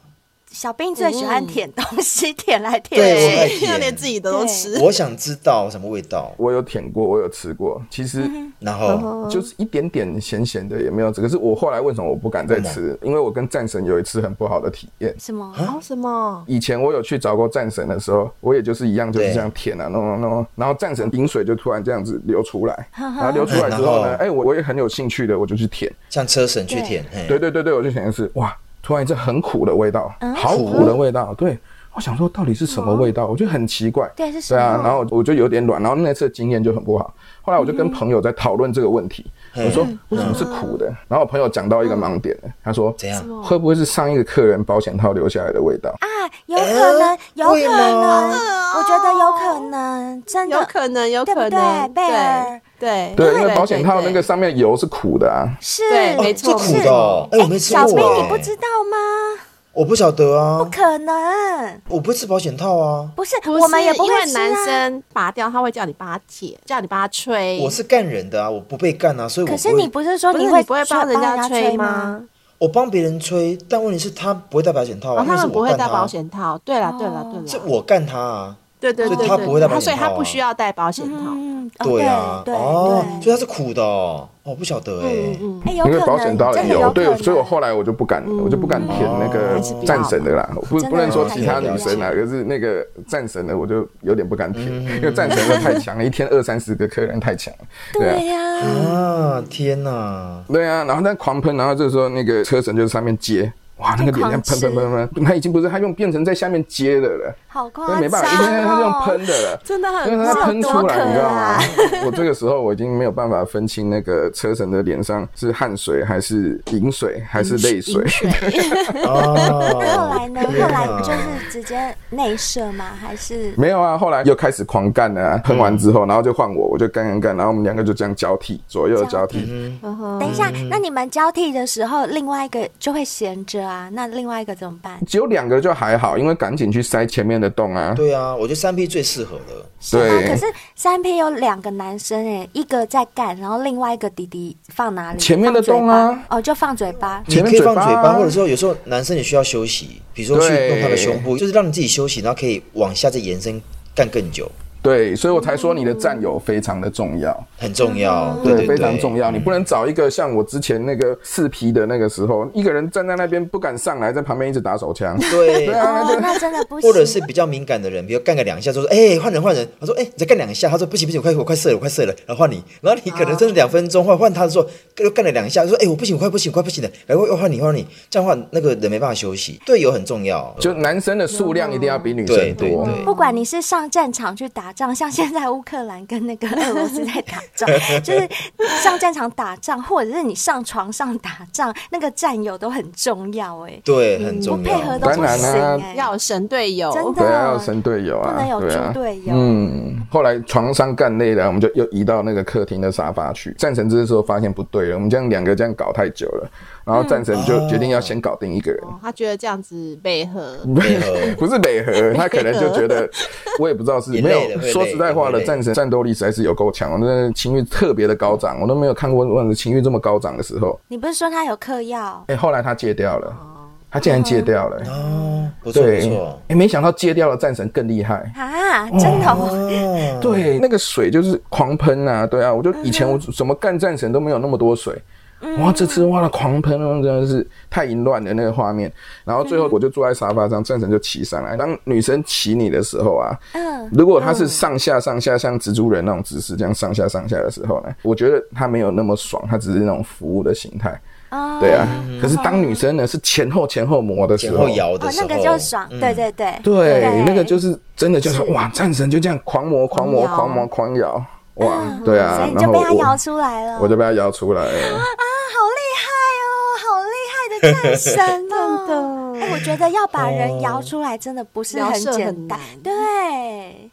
小兵最喜嗯欢舔东西，舔来对舔我爱去。舔 (laughs) 要连自己的都吃。我想知道什么味道，我有舔过，我有吃过，其实然后就是一点点咸咸的，也没有吃。可是我后来为什么我不敢再吃？因为我跟战神有一次很不好的体验。什么？啊哦，什么？以前我有去找过战神的时候，我也就是一样，就是这样舔啊，弄弄弄，然后战神饮水就突然这样子流出来，然后流出来之后呢，然后哎，我我也很有兴趣的，我就去舔，像车神去舔，嘿对对对对，我就想的是，哇，突然一阵很苦的味道，好苦的味道，对。我想说到底是什么味道，我觉得很奇怪。对是什对啊么，然后我就有点软，然后那次经验就很不好。后来我就跟朋友在讨论这个问题，我说为什么是苦的？然后我朋友讲到一个盲点了，他说怎样什会不会是上一个客人保险套留下来的味道？啊，有可能，有会可能，吗我觉得有可能，真 (laughs) 有的可能，有对不可对能，贝尔对对，因为保险套那个上面的油是苦的啊。是对没是错苦的哦。哎，我没吃小兵，过，你不知，道吗？我不晓得不啊，可能，我不会吃保险套啊，不是，不我们是也不因会为吃男啊。生拔掉，他会叫你帮他解，叫你帮他吹。我是干人的啊，我不被干啊，所以我可不是会你不是说不是会你不会说帮人家家吹吗？吗？我帮别人吹，但问题是他不会戴保险套啊，哦，因为他是们不我会干戴他保啊，险套。对啦，对啦，对是啦。我干他啊，对对对所以对，他不会戴对保险所以他套啊不需要戴保险套。嗯，哦对啊，对哦，对所以它是苦的哦，哦我不晓得哎，嗯哎，有因为可保险能，套真的油，有对可，所以我能。后来我就不敢，我就不敢舔那个还是不要战神的啦，不真的不能说其他女生啦，还可是那个战神的我就有点不敢舔，因为战神的太强了，一天二三十个客人太强了，对啊对，呀，嗯啊，天哪，对啊，然后他狂喷，然后这时候那个车神就在上面接。哇，那个狂脸在喷喷喷喷，他已经不是他用变成在下面接的了，好夸那张没办法，因为他是用哦！喷的了，真的很因为它喷出来，你知道吗这？ (laughs) 我这个时候我已经没有办法分清那个车神的脸上是汗水还是饮水还是泪水，(laughs) 哦后来呢？天后来哪就是直接内射吗？还是没有啊，后来又开始狂干了、啊，喷完之后，然后就换我，我就干干干，然后我们两个就这样交替，左右交替。等一下？嗯那你们交替的时候，另外一个就会闲着啊，那另外一个怎么办？只有两个就还好，因为赶紧去塞前面的洞啊。对啊，我觉得三 P 最适合了，是吗对可是三 P 有两个男生哎，一个在干，然后另外一个弟弟放哪里？前面的洞啊放嘴巴，哦，就放嘴巴。你前面可以放嘴巴嘴巴，或者说有时候男生也需要休息，比如说去对弄他的胸部，就是让你自己休息，然后可以往下再延伸干更久，对，所以我才说你的战友非常的重要，很重嗯要，嗯对对，非常重要。要。你不能找一个像我之前那个四皮的那个时候，一个人站在那边不敢上来，在旁边一直打手枪。 (laughs) 对，啊哦，那真的不行。或者是比较敏感的人，比如干个两下，就说：“哎、换人换人。”他说：“哎、你再干两下。”他说：“不行不行，我快我快射了，我快射了。”然后换你，然后你可能真的两分钟换换他的时候，又干了两下，说：“哎、我不行，我快不行，我快不行了。”然后又换你换你，这样的话那个人没办法休息。队友很重要，嗯就啊男生的数量一定要比女对生对多。对，不管你是上战场去打仗，像现在乌克兰跟那个俄罗斯在打 (laughs) 仗，就是上战场打仗，或者是你上床上打仗，那个战友都很重要哎、对很重配要。合都不当行然哎、要有神队友，真的对啊，要有神队友啊，不能有对啊猪队友嗯，后来床上干累了，我们就又移到那个客厅的沙发去。战神这时候发现不对了，我们这样两个这样搞太久了，然后战神就决定要先搞定一个人。哦他觉得这样子配合，配合 (laughs) 不是美和，他可能就觉得， (laughs) 我也不知道是也没累了有。会说累实在话会了，累战神战斗力实在是有够强，我那情欲特别的高涨，我都没有看过我的情欲这么高涨的时候。你不是说他有嗑药？哎、后来他戒掉了，他竟然戒掉了、哦，不错不对，错哎、。没想到戒掉了战神更厉害。啊，真的、哦，哦，对，那个水就是狂喷啊，对啊，我就以前嗯我怎么干战神都没有那么多水，哇，这次哇了狂喷，哦真的是太淫乱了那个画面。然后最嗯后我就坐在沙发上，战神就骑上来。当女生骑你的时候啊，嗯，如果她是上下上下像蜘蛛人那种姿势这样上下上下的时候呢，我觉得她没有那么爽，她只是那种服务的形态，哦，对啊。可是当女生呢是前后前后磨的时前候后，摇的哦，时那候，个就爽，嗯对对对，啊对，那个就是真的就是哇，战神就这样狂磨狂磨狂摇狂磨狂摇。哇，对嗯啊，所以你然就后被他我摇出来了。我就被他摇出来了。啊，哦好厉害哦，好厉害的战神 (laughs) 哦！真的哎我觉得要把人摇出来真的不是摇哦很射简很单，难对。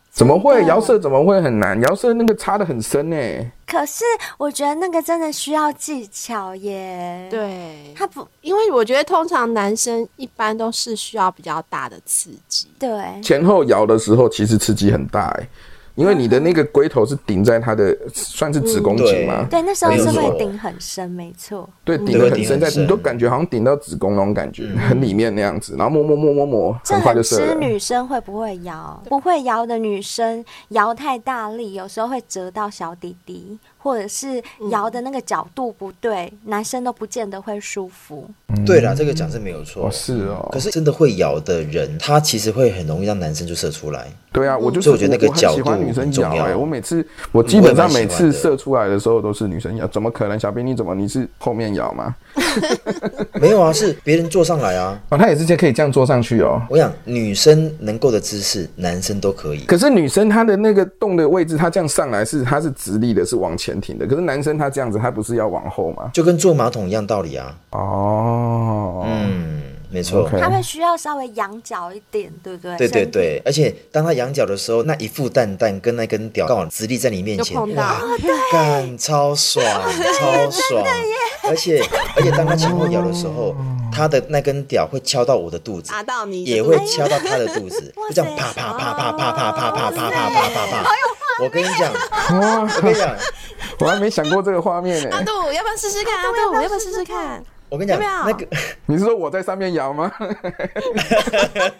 怎么会摇射？怎么会很难？摇射那个插的很深呢、可是我觉得那个真的需要技巧耶。，对，他不因为我觉得通常男生一般都是需要比较大的刺激，对，前后摇的时候其实刺激很大哎、因为你的那个龟头是顶在他的算是子宫颈吗？对，那时候没有是会错顶很深，没错。对，顶得对很顶深，很在深你都感觉好像顶到子宫那种感觉，很里面那样子，然后摸摸摸摸摸，嗯这很快就射吃了。女生会不会摇？不会摇的女生摇太大力，有时候会折到小弟弟，或者是摇的那个角度不对，男生都不见得会舒服。嗯对啦，这个讲是没有错哦，。是哦，可是真的会摇的人，他其实会很容易让男生就射出来。对啊，我就嗯是所以我觉得那个很角喜欢度女生很重摇要嗯哎、我每次我基本上我也蛮喜每欢次的射出来的时候都是女生摇，怎么可能？小兵你怎么你是后面摇吗？没有啊，是别人坐上来啊。哦，他也是可以这样坐上去哦。我想女生能够的姿势，男生都可以。可是女生她的那个动的位置，她这样上来是她是直立的，是往前挺的。可是男生他这样子，他不是要往后吗？就跟坐马桶一样道理啊。哦，嗯，没错。 OK 他会需要稍微仰角一点，对不对？对对身体对，而且当他仰角的时候，那一副蛋蛋跟那根屌刚好直立在你面前，就碰到哇，干超爽，超爽！而且而且当他前后摇的时候，他的那根屌会敲到我的肚子， (laughs) 打到你也会敲到他的肚子，就这样哇啪塞啪啪啪啪啪啪啪啪啪啪啪啪。我跟你讲，哇我跟你讲，我还没想过这个画面欸呢、阿哎杜，要不要试试看？阿啊杜，要不要试试看？我跟你讲，有没有那个你是说我在上面摇吗？ (laughs)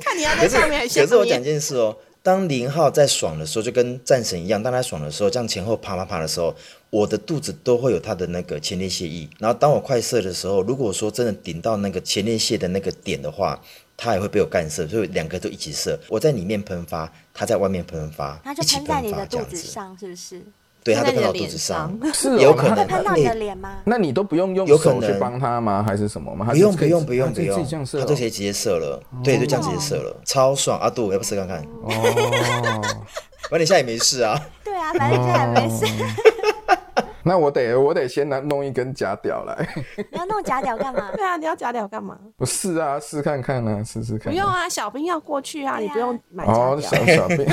看你要在可是上面还可是是下我讲一面？件事哦，当零号在爽的时候，就跟战神一样，当他爽的时候，这样前后啪啪啪的时候，我的肚子都会有他的那个前列腺液。然后当我快射的时候，如果说真的顶到那个前列腺的那个点的话，它也会被我干射，所以两个都一起射。我在里面喷发，他在外面喷发，它就一起喷在你的发这肚样子子，上，是不是？对，喷他在都你的喷到肚脸子上上，是哦有可那能啊会喷到你你的脸 (laughs) 吗？那你都不用用有可手能去帮他吗？还是什么吗？还不是用可不以用自不用啊不自己自用己这样，射他哦、都可以直接射了，对，就这样直接射哦了，超爽！阿杜，我要不要试看看？哦， (laughs) 反正你现在也没事啊。对啊，反正现在也没事。 (laughs) 那我得我得先拿弄一根假屌来。 (laughs) 你要弄假屌干嘛？对啊，你要假屌干嘛？我试啊，试看看啊，试试不看。用啊，小兵要过去啊，对啊你不用买假哦，小屌。小兵，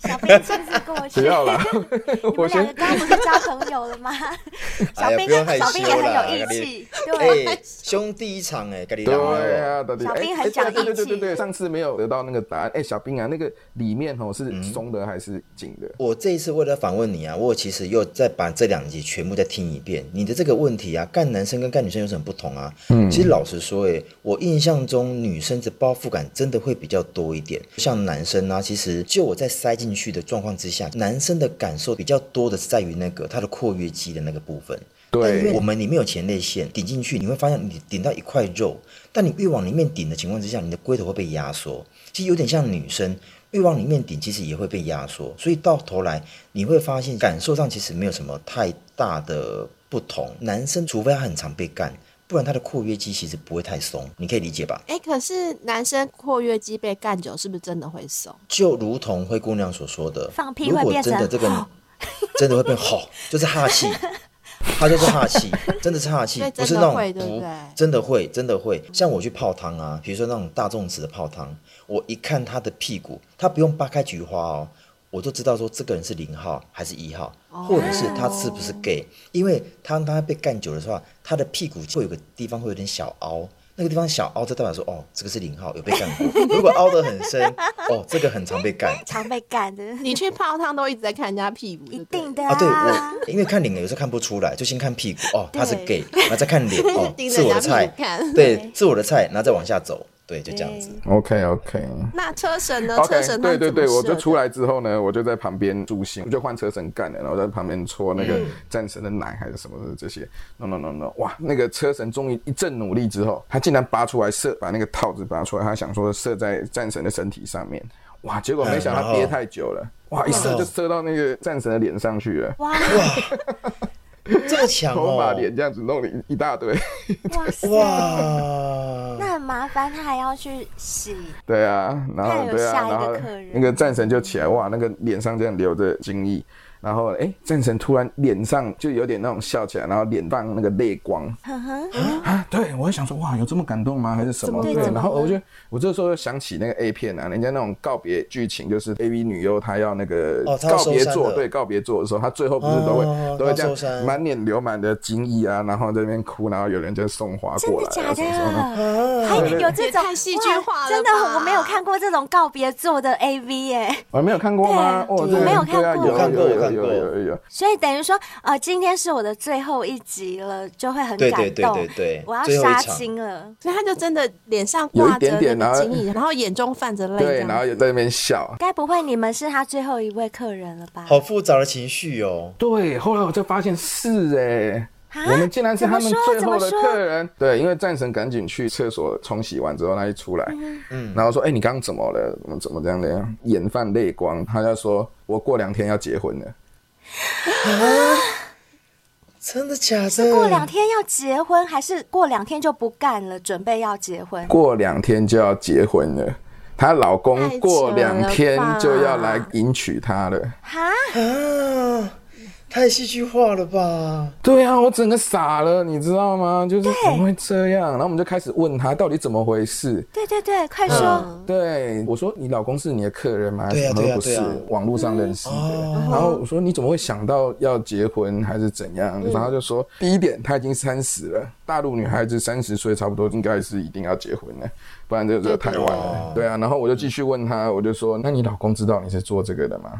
小兵亲自过去。不要 (laughs) 啦你我们两先个刚刚不是交朋友了吗？ (laughs) 小哎呀兵不用害小兵也羞啦很有义气，对，啊哎、兄弟一场哎、欸，跟你对啊，到底小兵哎很哎讲对对义对对气对，上次没有得到那个答案。哎，小兵啊，那个里面哦是松的还是紧的？我这一次为了访问你啊，我其实又再把这两集全部再听一遍。你的这个问题啊，干男生跟干女生有什么不同啊？嗯，其实老实说、欸，我印象中女生的包覆感真的会比较多一点。像男生啊，其实就我在塞进去的状况之下，男生的感受比较多的是在于那个他的括约肌的那个部分。但因为对我，们里面有前列腺顶进去，你会发现你顶到一块肉，但你越往里面顶的情况之下，你的龟头会被压缩，其实有点像女生越往里面顶，其实也会被压缩，所以到头来你会发现感受上其实没有什么太大的不同。男生除非他很常被干，不然他的括约肌其实不会太松，你可以理解吧？哎，可是男生括约肌被干久，是不是真的会松？就如同灰姑娘所 (laughs) 说的，放屁如会果变真的成这个真的会变吼， (laughs) 就是哈气，他就是哈气，真的是哈气所以，不真是的那种会对不不对真的会，真的会。像我去泡汤啊，比如说那种大众池的泡汤，我一看他的屁股，他不用扒开菊花哦。我就知道说这个人是零号还是一号，或者是他是不是 gay，因为他当他被干久的时候，他的屁股会有个地方会有点小凹，那个地方小凹就代表说哦，这个是零号有被干过。如果凹得很深，哦，这个很常被干。常被干的，你去泡汤都一直在看人家屁股，一对不对，定的啊，对我，因为看脸有时候看不出来，就先看屁股哦，他是 gay，然后再看脸哦 (laughs) 盯是着人家我的菜屁股，看。对，是我的菜，然后再往下走，对，就这样子。 OK OK 那车神呢？车 OK，神对对对，我就出来。来之后呢，我就在旁边助兴，我就换车神干了，然后在旁边搓那个嗯战神的奶还是什么的这些。No no no no，哇，那个车神终于一阵努力之后，他竟然拔出来射，把那个套子拔出来，他想说射在战神的身体上面，哇，结果没想到嗯他憋太久了，哇，一射就射到那个战神的脸上去了。哇，这么强头发哦！脸这样子弄了一一大堆。哇塞，哇，那很麻烦，他还要去洗。对啊，然他后有对啊下，一个然后客人那个战神就起来哇，那个脸上这样流着精液，然后哎，战神突然脸上就有点那种笑起来，然后脸放那个泪光，哼嗯哼，啊，对，我还想说，哇，有这么感动吗？还是什么？怎么对了，然后我就我这时候又想起那个 A 片啊，人家那种告别剧情，就是 A V 女优她要那个哦她要告别收山作，了对，告别作的时候，她最后不是都会、哦都会她这收样山满脸流满的精液啊，然后在那边哭，然后有人就送花真过的假来啊，什么什么。的？还有这也种太戏剧化哇了真的，吧我没有看过这种告别做的 AV 耶。我没有看过吗？对哦，这我个没有对啊看过有我看过有我有看有过有有有。所以等于说，呃，今天是我的最后一集了，就会很对感动。对对对对我要最后一杀场青了。所以他就真的脸上有一挂着点点那然后个金翼，然后眼中泛着泪，这对，样然后也在那边笑。该不会你们是他最后一位客人了吧？好复杂的情绪哦。对，后来我就发现是哎、啊我们竟然是他们最后的怎么说客人。对，因为战神赶紧去厕所冲洗完之后，他一出来，嗯，然后说：“哎、你刚刚怎么了？怎么怎么这样的呀？”眼泛泪光，他就说：“我过两天要结婚了。真的假是过两的？天要结婚，还是过两天就不干了，准备要结婚？过两天就要结婚了。”她老太扯公过两天了吧就要来迎娶她了。哈，啊，太戏剧化了吧？对啊，我整个傻了，你知道吗？就是怎么会这样？然后我们就开始问她到底怎么回事。对对对，快说。对，我说你老公是你的客人吗？对啊什么对啊都不是，对啊网络上认识的。哦然后我说你怎么会想到要结婚还是怎样？然后就说第一点，她已经三十了，大陆女孩子三十岁差不多应该是一定要结婚了，不然就惹太晚哦了。对啊，然后我就继续问她，我就说那你老公知道你是做这个的吗？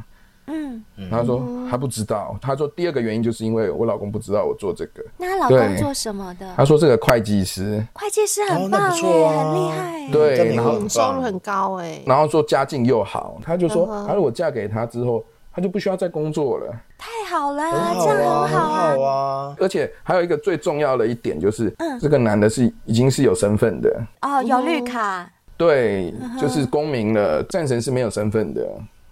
嗯，她说她不知道。她说第二个原因就是因为我老公不知道我做这个。那她老公对做什么的？她说这个会计师，会计师哦很那不棒哎、错啊很厉害、欸。在对，美国然后很棒收入很高哎，然后说家境又好，他就说，他如果嫁给他之后，他就不需要再工作了。太好了，很好这样啊，很好啊。很好啊。而且还有一个最重要的一点就是，这个男的是已经是有身份的，嗯哦，有绿卡。对，就是公民了。战神是没有身份的，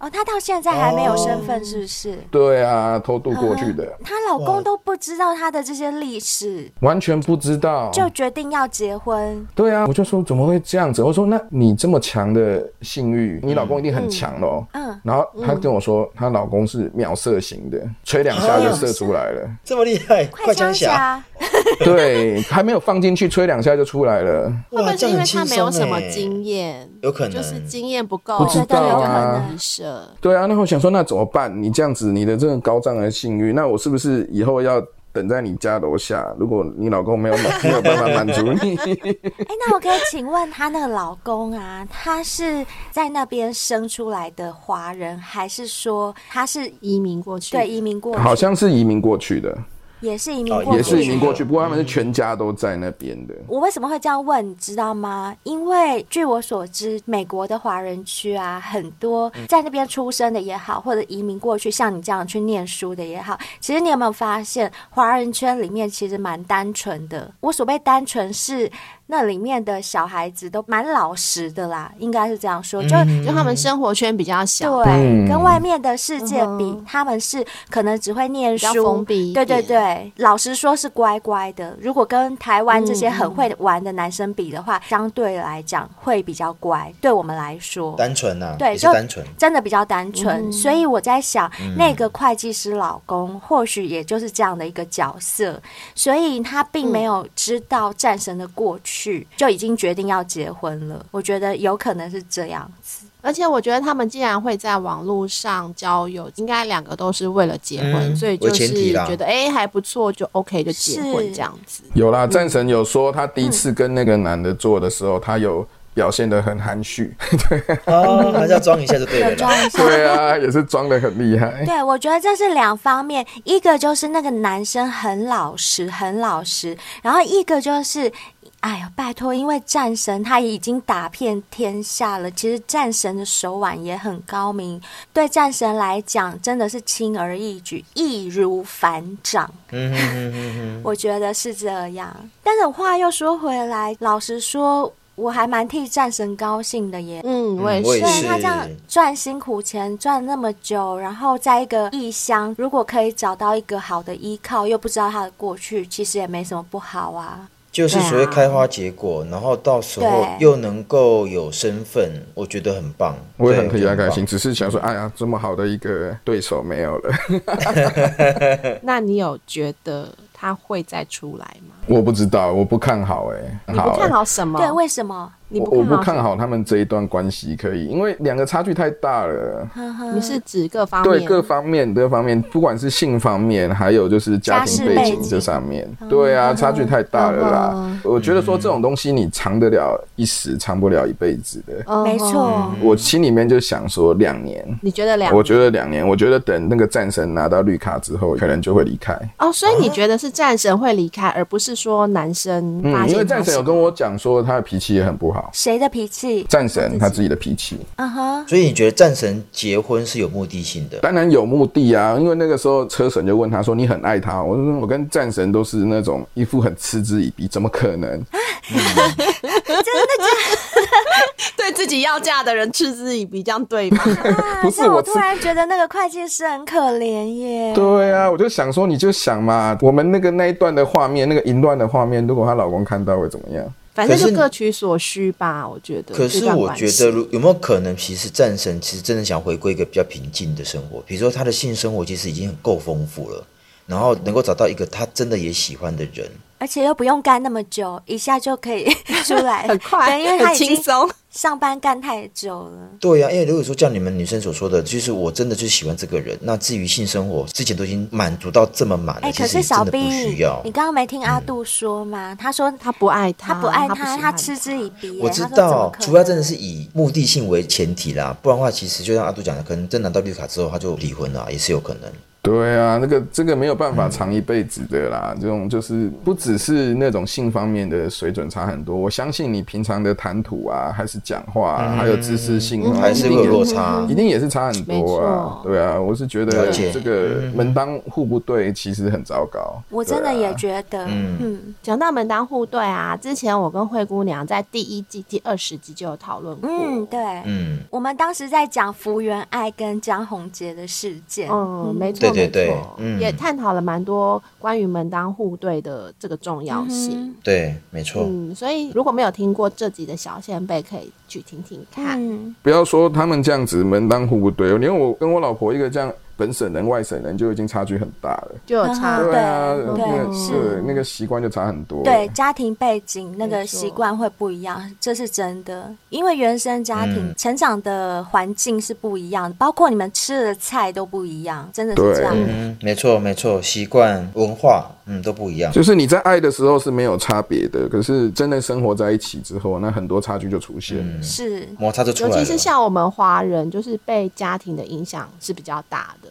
哦，她到现在还没有身份，是不是？哦对啊，偷渡过去的，她老公都不知道她的这些历史，完全不知道。就决定要结婚。对啊，我就说怎么会这样子？我说那你这么强的性欲，你老公一定很强咯。嗯，然后她跟我说，她老公是秒射型的，吹两下就射出来了。这么厉害，快枪侠，侠， (laughs) 对，还没有放进去，吹两下就出来了。会不哇，会是这因样为很他轻没有松什么哎，经验？有可能就是经验不够，不知道啊有可能舍。对啊，那我想说，那怎么办？你这样子，你的这种高涨的性欲，那我是不是以后要等在你家楼下？如果你老公没有 (laughs) 满没有办法满足你， (laughs) 哎、那我可以请问她那个老公啊， (laughs) 他是在那边生出来的华人，还是说他是移民过去，对，移民过去？好像是移民过去的，也是移民哦过去，也是移民过去，不过他们是全家都在那边的。我为什么会这样问，你知道吗？因为据我所知，美国的华人区啊，很多在那边出生的也好，或者移民过去像你这样去念书的也好，其实你有没有发现，华人圈里面其实蛮单纯的。我所谓单纯是那里面的小孩子都蛮老实的啦，应该是这样说，就。就他们生活圈比较小，对，嗯跟外面的世界比，他们是可能只会念嗯比较书，封闭一对对点对，老实说是乖乖的。如果跟台湾这些很会玩的男生比的话，嗯相对来讲会比较乖，对我们来说。单纯呐，对，也是就单纯，真的比较单嗯纯，所以我在想，嗯那个会计师老公或许也就是这样的一个角色，所以他并没有知道战神的过去，就已经决定要结婚了。我觉得有可能是这样子，而且我觉得他们既然会在网络上交友，应该两个都是为了结婚，嗯所以就为前提是啦觉得哎、还不错，就 OK 就结婚是这样子。有嗯啦，战神有说他第一次跟那个男的做的时候，他有表现得很含 (laughs) 蓄。哦，还是要装一下就 (laughs) 对了有装啦。一下。对啊，也是装得很厉害。对，我觉得这是两方面，一个就是那个男生很老实，很老实，然后一个就是。哎呀，拜托！因为战神他已经打遍天下了，其实战神的手腕也很高明，对战神来讲真的是轻而易举，易如反掌。嗯哼哼哼哼我觉得是这样。但是话又说回来，老实说，我还蛮替战神高兴的耶。嗯，我也我是也虽是然他这样赚辛苦钱赚那么久，然后在一个异乡，如果可以找到一个好的依靠，又不知道他的过去，其实也没什么不好啊。就是所谓开花结果，然后到时候对又能够有身份，我觉得很棒。我也对很替他开。我觉得心，棒只是想说，哎呀，这么好的一个对手没有了，那你有觉得他会再出来吗？我不知道，我不看好哎、你不看好什么？对，为什么？你我我不不看看好好他们这一段关系可以，因为两个差距太大了。呵什呵么，你是指各方面？对各方面，各方面，不管是性方面，还有就是家家庭世背背景景这上面，哦对啊，差距太大了啦嗯。我觉得说这种东西你藏得了一时，藏不了一辈子的。嗯没错，我心里面就想说两年，你觉得两？我觉得两年，我觉得等那个战神拿到绿卡之后，可能就会离开。哦，所以你觉得是战神会离开，而不是说男生发嗯，现因他为战神有喜跟我讲说他的脾气也很不好，谁的脾气？战哦神他自己的脾气，嗯哼，所以你觉得战神结婚是有目的性的？当然有目的啊。因为那个时候车神就问他说：“你很爱他？”我就说：“我跟战神都是那种一副很嗤之以鼻，怎么可能？对自己要嫁的人嗤之以鼻，这样对吗？不是那我啊我自突然觉得那个会计师很可怜耶。对啊，我就想说，你就想嘛，我们那个那一段的画面，那个淫乱的画面，如果她老公看到会怎么样？反正可就是各取所需吧，我觉得。可这是段我关觉系得，如有没有可能，其实战神其实真的想回归一个比较平静的生活？比如说他的性生活其实已经很够丰富了，然后能够找到一个他真的也喜欢的人。而且又不用干那么久，一下就可以 (laughs) 出来，很快，对，因为他很已轻经松。上班干太久了。对呀、啊因为如果说像你们女生所说的，就是我真的就喜欢这个人，那至于性生活，之前都已经满足到这么满了，哎、其可实也是小真的不 B，需要嗯你。刚刚没听阿杜说吗？他说他不爱他，他不爱他不喜他，欢他嗤之以鼻耶。我知他说怎么道，可能除非他真的是以目的性为前提啦，不然的话，其实就像阿杜讲的，可能真拿到绿卡之后，他就离婚了，啊也是有可能。对啊，那个这个没有办法藏一辈子的啦。这种就是不只是那种性方面的水准差很多，我相信你平常的谈吐啊，还是讲话啊，还有知识性嗯啊，嗯还是会有一定也落差一定也是差很多啊没错。对啊，我是觉了得解这个门当户不对，其实很糟糕。我真的对啊也觉得，嗯讲到门当户对啊，之前我跟灰姑娘在第一季第二十集就有讨论过。嗯，对。嗯，我们当时在讲福原爱跟江宏杰的事件，嗯，没对错，对没对错，嗯也探讨了蛮多关于门当户对的这个重要性。对，没错。嗯，所以如果没有听过这集的小先辈，可以去听听看。嗯，不要说他们这样子门当户不对，连我跟我老婆一个这样本省人、外省人就已经差距很大了。就有差嗯哼对啊，对那对个是对那个习惯就差很多。对，家庭背景那个没错习惯会不一样，这是真的。因为原生家嗯庭、成长的环境是不一样，包括你们吃的菜都不一样，真的是对这样。嗯，没错没错，习惯、文化，嗯，都不一样。就是你在爱的时候是没有差别的，可是真的生活在一起之后，那很多差距就出现了。是，摩擦就出尤来了。其是像我们华人，就是被家庭的影响是比较大的。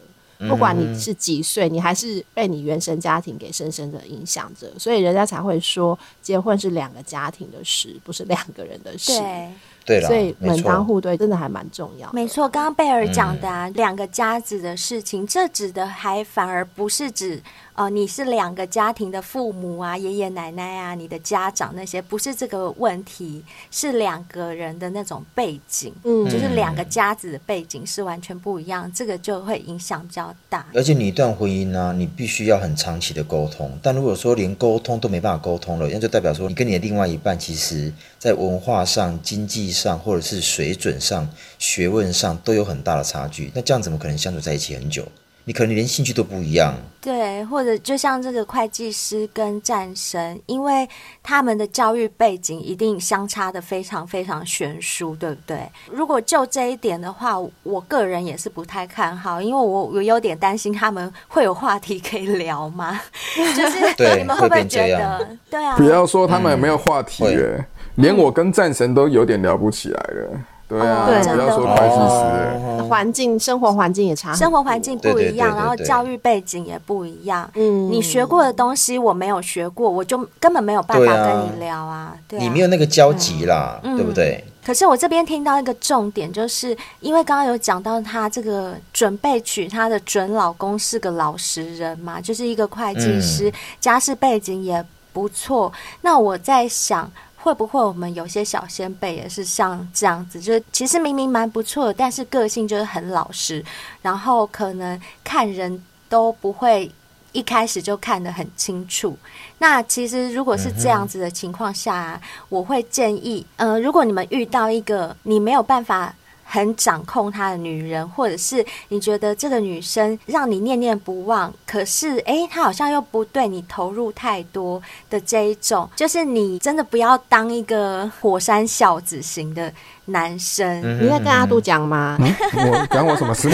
不管你是几岁，你还是被你原生家庭给深深的影响着，所以人家才会说，结婚是两个家庭的事，不是两个人的事。对，对啦，所以没门错当户对真的还蛮重要的。没错。刚刚贝尔讲的啊，两个家子的事情，这指的还反而不是指呃，你是两个家庭的父母啊，爷爷奶奶啊，你的家长那些，不是这个问题，是两个人的那种背景，嗯就是两个家子的背景是完全不一样，这个就会影响比较大。而且你一段婚姻呢、你必须要很长期的沟通。但如果说连沟通都没办法沟通了，那就代表说你跟你的另外一半，其实在文化上、经济上，或者是水准上、学问上都有很大的差距。那这样怎么可能相处在一起很久？你可能连兴趣都不一样。对，或者就像这个会计师跟战神，因为他们的教育背景一定相差的非常非常悬殊，对不对？如果就这一点的话，我个人也是不太看好，因为我我有点担心他们会有话题可以聊吗？ (laughs) 就是对 (laughs) 你们会不会会变觉这样得？对啊，不要说他们有没有话嗯题会了，连我跟战神都有点聊不起来了。对哦啊，不要说真的会计师哦了。环境、生活环境也差很多，生活环境不一样，对对对对对然后教育背景也不一样。嗯你学过的东西我没有学过，我就根本没有办法对啊跟你聊啊。对啊，你没有那个交集啦，嗯对不对？可是我这边听到一个重点，就是因为刚刚有讲到她这个准备娶她的准老公是个老实人嘛，就是一个会计师，家世背景也不错。那我在想。会不会我们有些小先辈也是像这样子，就是其实明明蛮不错的，但是个性就是很老实，然后可能看人都不会一开始就看得很清楚。那其实如果是这样子的情况下、啊，我会建议，呃，如果你们遇到一个你没有办法。很掌控她的女人，或者是你觉得这个女生让你念念不忘，可是诶，她好像又不对你投入太多的这一种，就是你真的不要当一个火山小子型的男生。你在跟阿杜讲吗？我管我什么事？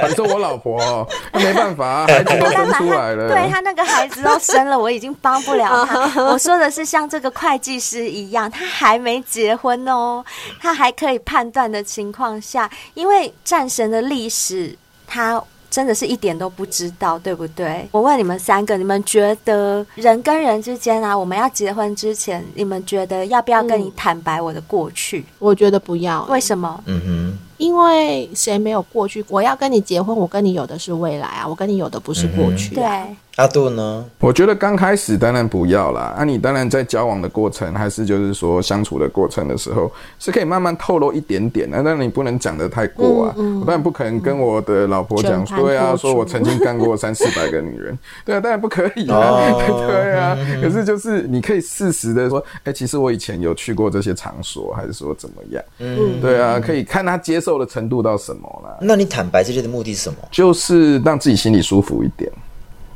反正我老婆、哦，没办法、啊，孩子都生出来了。对他那个孩子都生了，我已经帮不了他。我说的是像这个会计师一样，他还没结婚哦，他还可以判断的情况下，因为战神的历史，他真的是一点都不知道，对不对？我问你们三个，你们觉得人跟人之间啊，我们要结婚之前，你们觉得要不要跟你坦白我的过去？我觉得不要，为什么？嗯哼，因为谁没有过去？我要跟你结婚，我跟你有的是未来啊，我跟你有的不是过去、对啊。，阿杜呢？我觉得刚开始当然不要啦，啊，你当然在交往的过程，还是就是说相处的过程的时候，是可以慢慢透露一点点的、啊，但你不能讲得太过啊。我当然不可能跟我的老婆讲，嗯全盘对啊，托出说我曾经干过三四百个女 (laughs) 人，对啊，当然不可以啊，哦 (laughs) 对啊。可是就是你可以适时的说，哎、其实我以前有去过这些场所，还是说怎么样？嗯，对啊，可以看他接受的程度到什么啦，那你坦白这些的目的是什么？就是让自己心里舒服一点，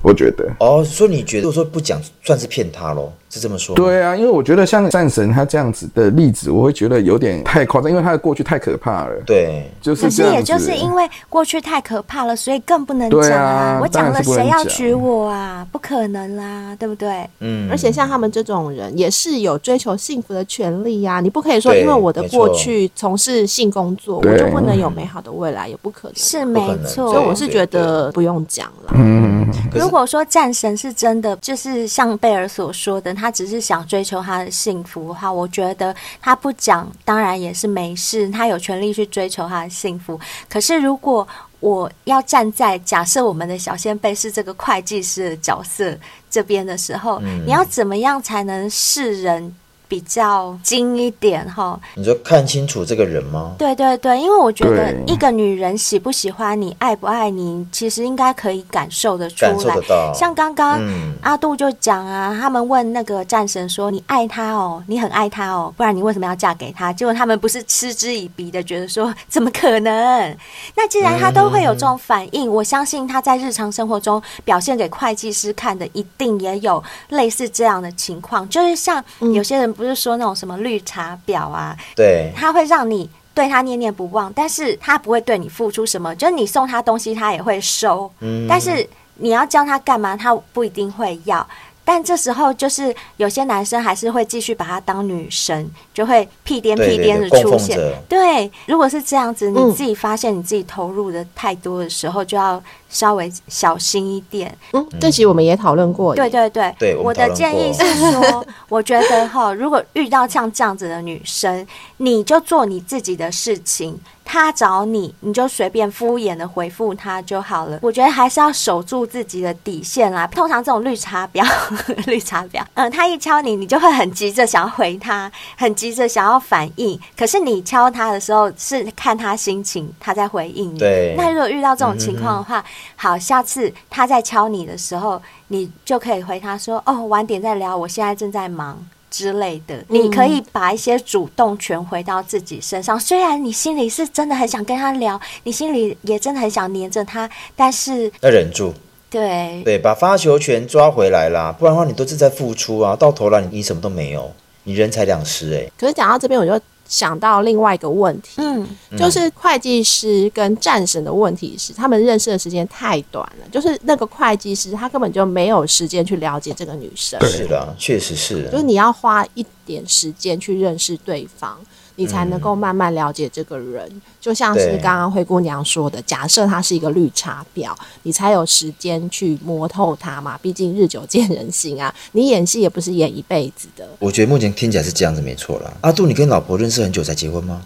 我觉得。哦，所以你觉得如果说不讲，算是骗他喽？是这么说？，对啊，因为我觉得像战神他这样子的例子，我会觉得有点太夸张，因为他的过去太可怕了。对，就是可是这样子。也就是因为过去太可怕了，所以更不能讲对啊我讲当然了是不谁能要讲娶我啊？不可能啦，对不对？嗯而且像他们这种人，也是有追求幸福的权利呀、你不可以说对因为我的没错过去从事性工作，对我就不能有美好的未来，也不可能。是不可没能错。所以我是觉得不用讲了。嗯，可是如果说战神是真的，就是像贝尔所说的，他只是想追求他的幸福的话，我觉得他不讲当然也是没事，他有权利去追求他的幸福。可是如果我要站在假设我们的小先辈是这个会计师的角色这边的时候，嗯你要怎么样才能示人比较精一点哈？你说看清楚这个人吗？对对对，因为我觉得对一个女人喜不喜欢你、爱不爱你，其实应该可以感受得出来。感受得到像刚刚嗯阿杜就讲啊，他们问那个战神说：“你爱他哦，你很爱他哦，不然你为什么要嫁给他？”结果他们不是嗤之以鼻的，觉得说：“怎么可能？”那既然他都会有这种反应，我相信他在日常生活中表现给会计师看的，一定也有类似这样的情况。就是像有些人不是说那种什么绿茶婊啊，对，他会让你对他念念不忘，但是他不会对你付出什么，就是你送他东西，他也会收，嗯但是你要教他干嘛，他不一定会要。但这时候就是有些男生还是会继续把她当女生，就会屁颠对屁对颠的对供出奉现。者对，如果是这样子，你嗯自己发现你自己投入的太多的时候，就要稍微小心一点。嗯，这集我们也讨论过耶，对对对，对我我们的讨论建议是过 (laughs) 说，我觉得哈，如果遇到像这样子的女生，你就做你自己的事情，她找你，你就随便敷衍的回复她就好了。我觉得还是要守住自己的底线啦。通常这种绿茶婊， (laughs) 绿茶婊，嗯，她一敲你，你就会很急着想要回她，很急着想要反应。可是你敲她的时候，是看她心情，她在回应你。对那如果遇到这种情况的嗯话，好，下次他在敲你的时候，你就可以回他说：“哦，晚点再聊，我现在正在忙。”之类嗯的，你可以把一些主动权回到自己身上。虽然你心里是真的很想跟他聊，你心里也真的很想黏着他，但是要忍住，对对，把发球权抓回来啦，不然的话你都是在付出啊，到头来你你什么都没有，你人财两失哎、可是讲到这边，我就想到另外一个问题，嗯，就是会计师跟战神的问题是，他们认识的时间太短了，就是那个会计师他根本就没有时间去了解这个女生，是啦，确实是就是你要花一点时间去认识对方。你才嗯能够慢慢了解这个人，就像是对刚刚灰姑娘说的，假设她是一个绿茶婊，你才有时间去摸透她嘛。毕竟日久见人心啊，你演戏也不是演一辈子的。我觉得目前听起来是这样子没错啦。阿杜，你跟老婆认识很久才结婚吗？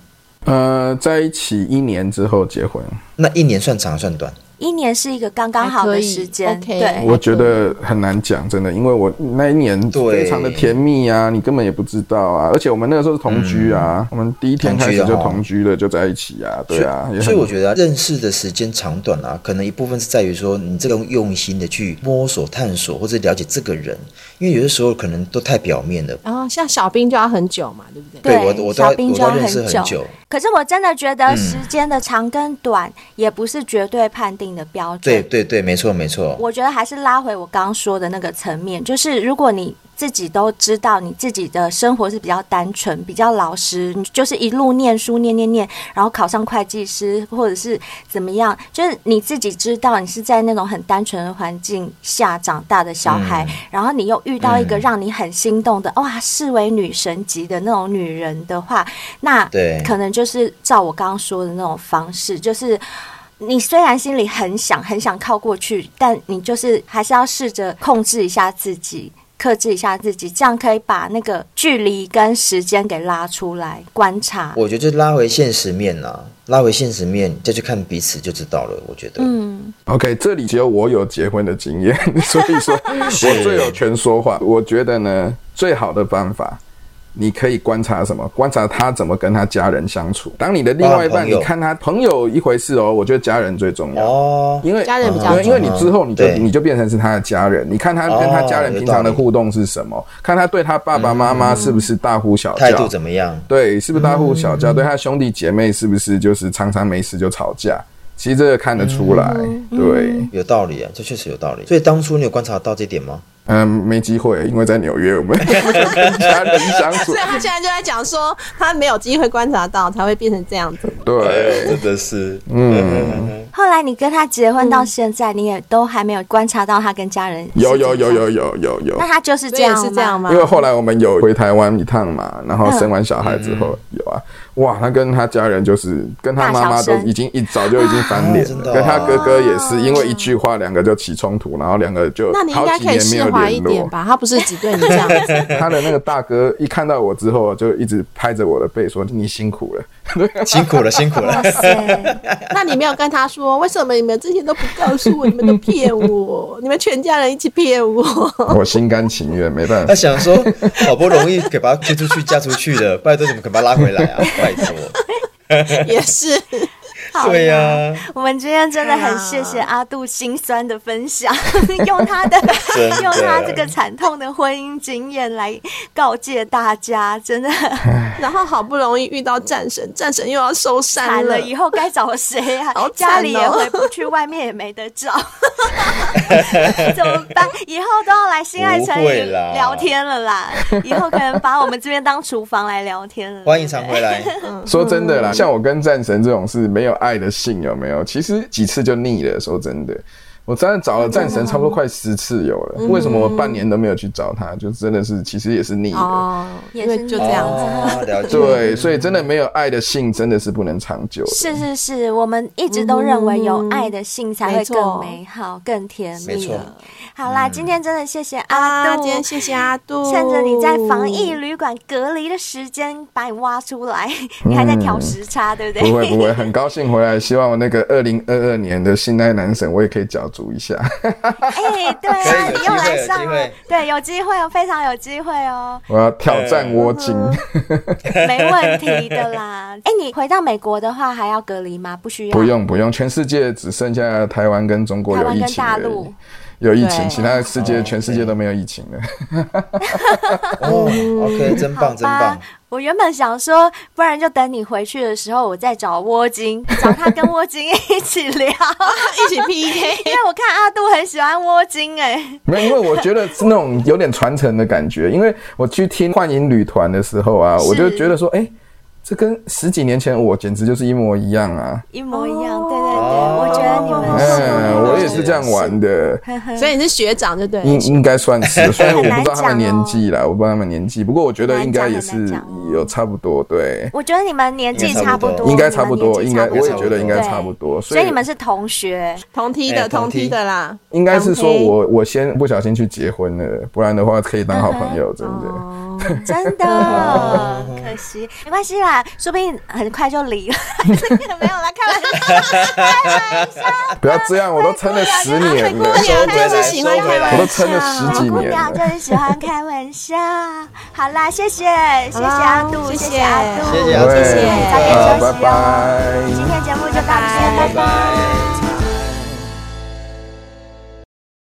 呃，在一起一年之后结婚，那一年算长还算短？一年是一个刚刚好还可的以时间。 OK 对，我觉得很难讲，真的，因为我那一年对非常的甜蜜啊，你根本也不知道啊，而且我们那个时候是同居啊，我们第一天开始就同嗯同居了，就在一起啊，对啊，也很所以我觉得啊、认识的时间长短啊，可能一部分是在于说你这种用心的去摸索、探索或者了解这个人，因为有的时候可能都太表面了。然后像小兵就要很久嘛，对不对？对我，我都要小兵我都要就认识很很久可是我真的觉嗯得时间的长跟短也不是绝对判定的标准。对对对，没错没错。我觉得还是拉回我刚刚说的那个层面，就是如果你自己都知道你自己的生活是比较单纯、比较老实，你就是一路念书念念念，然后考上会计师或者是怎么样，就是你自己知道你是在那种很单纯的环境下长大的小孩，然后你又遇到一个让你很心动的、哇，视为女神级的那种女人的话，那对可能就是照我刚刚说的那种方式，就是你虽然心里很想很想靠过去，但你就是还是要试着控制一下自己，克制一下自己，这样可以把那个距离跟时间给拉出来观察。我觉得就拉回现实面啊，拉回现实面再去看彼此就知道了。我觉得，嗯， OK，这里只有我有结婚的经验， (laughs) 所以 (laughs) 说我最有权说话。我觉得呢，最好的办法，你可以观察什么？观察他怎么跟他家人相处。当你的另外一包含啊半，朋友你看他朋友一回事哦，我觉得家人最重要。哦，因为家人比较对因为你之后你就对你就变成是他的家人，你看他跟他家人哦有平常道的理嗯互动是什么，看他对他爸爸妈妈是不是大呼小态叫度，怎么样？对，是不是大呼小嗯叫？对他兄弟姐妹是不是就是常常没事就吵架？其实这个看得出来，嗯对，有道理啊，这确实有道理。所以当初你有观察到这点 (laughs) 吗？嗯，没机会，因为在纽约我们跟家人相 (laughs) 处啊所以，他现在就在讲说，他没有机会观察到，才会变成这样子。对，真的是，嗯，后来你跟他结婚嗯到现在，你也都还没有观察到他跟家人有有是怎有么样，有有有有那，他就是所这以也样是这样吗？吗因？为后来我们有回台湾一趟嘛，然后生完小孩之后嗯有啊，哇，他跟他家人就是跟他妈妈大小都声 (laughs) 已啊经一早就已经翻脸啊真的了，哦跟他哥哥也是因为一句话两个就起冲突，然后两个就那你应好该几可以年没释有怀一联点络。吧？他不是只对你这 (laughs) 样子，他的那个大哥一看到我之后，就一直拍着我的背说：“你辛苦了。辛苦了，辛苦了。对 (laughs) 那你没有跟他说，为什么你们之前都不告诉我？你们都骗我，你们全家人一起骗我。” (laughs) 我心甘情愿，没办法 (laughs) 他。想说，好不容易给把他推出去、嫁出去了，拜托你们可把他拉回来 (laughs) 啊！拜托，也是，好对呀、 (laughs) 我们今天真的很谢啊谢阿杜心酸的分享， (laughs) 用他的 (laughs) 真的用他这个惨痛的婚姻经验来告诫大家，真 (laughs) 的然后好不容易遇到战神，战神又要收山惨了了，，以后该找谁啊？好惨哦家里也回不去，外面也没得找， (laughs) 怎么办？以后都要来新爱成不语会啦聊天了啦，以后可能把我们这边当厨房来聊天了。欢迎常回来。说真的啦，像我跟战神这种是没有爱的性，有没有？其实几次就腻了。说真的，我真的找了战神差不多快十次有了。为什么我半年都没有去找他？就真的是其实也是腻了。哦，也因为是就你 (laughs) 这样子。哦，了解。对，所以真的没有爱的性真的是不能长久的。是是是，我们一直都认为有爱的性才会没错更美好、更甜没蜜错的。好啦，今天真的谢谢阿啊，杜，今天谢谢阿杜，趁着你在防疫旅馆隔离的时间把你挖出来，你还在调时差，对不对？不会不会，很高兴回来，希望我那个二零二二年的性爱男神我也可以角逐一下。 (laughs) (laughs) 哎，对可以啊，有你又来机会有上机了会，对，有机会哦，非常有机会哦，我要挑战窝精，没问题的啦。哎，你回到美国的话还要隔离吗？不需要，不。用不用，全世界只剩下台湾跟中国台有湾疫跟情大而陆已，有疫情，对其他世界全世界都没有疫情了。哦，OK，真好棒，真吧棒。，我原本想说，不然就等你回去的时候，我再找窝 (laughs) 精，找他跟窝精一起聊， (laughs) 一起 (laughs) PK，因为我看阿杜很喜欢窝精、哎， (laughs) 没有，因为我觉得是那种有点传承的感觉。因为我去听幻影旅团的时候啊，是我就觉得说，哎、这跟十几年前我简直就是一模一样啊！一模一样，对对对，我觉得你们哎、是我也是这样玩的，所以你是学长就对了。嗯应应该算 (laughs) 是。虽然我很不难知道他讲哦们年纪啦，我不知道他们年纪，不过我觉得应该也很难是讲很难讲有差不多，对，我觉得你们年纪差不多，应该差不多，你应们该年纪我也差不多觉得应该差不多。所以你们是同学，同梯的，哎同同梯梯的啦，应该是说同梯我我先不小心去结婚了，不然的话可以当好朋友，真的。 (laughs) 真的可可惜，没关系啦，说不定很快就离了。 (laughs) 没有啦，开玩笑，开玩笑。不要这样，我都撑了十年了，收回啊就是来，喜收欢回我来都。撑了十小几姑年娘就了。是喜欢开玩笑。好啦，谢谢，谢谢阿杜，谢谢谢阿杜，谢谢对阿杜早点休息好哦。拜拜。今天节目就到这边，拜拜。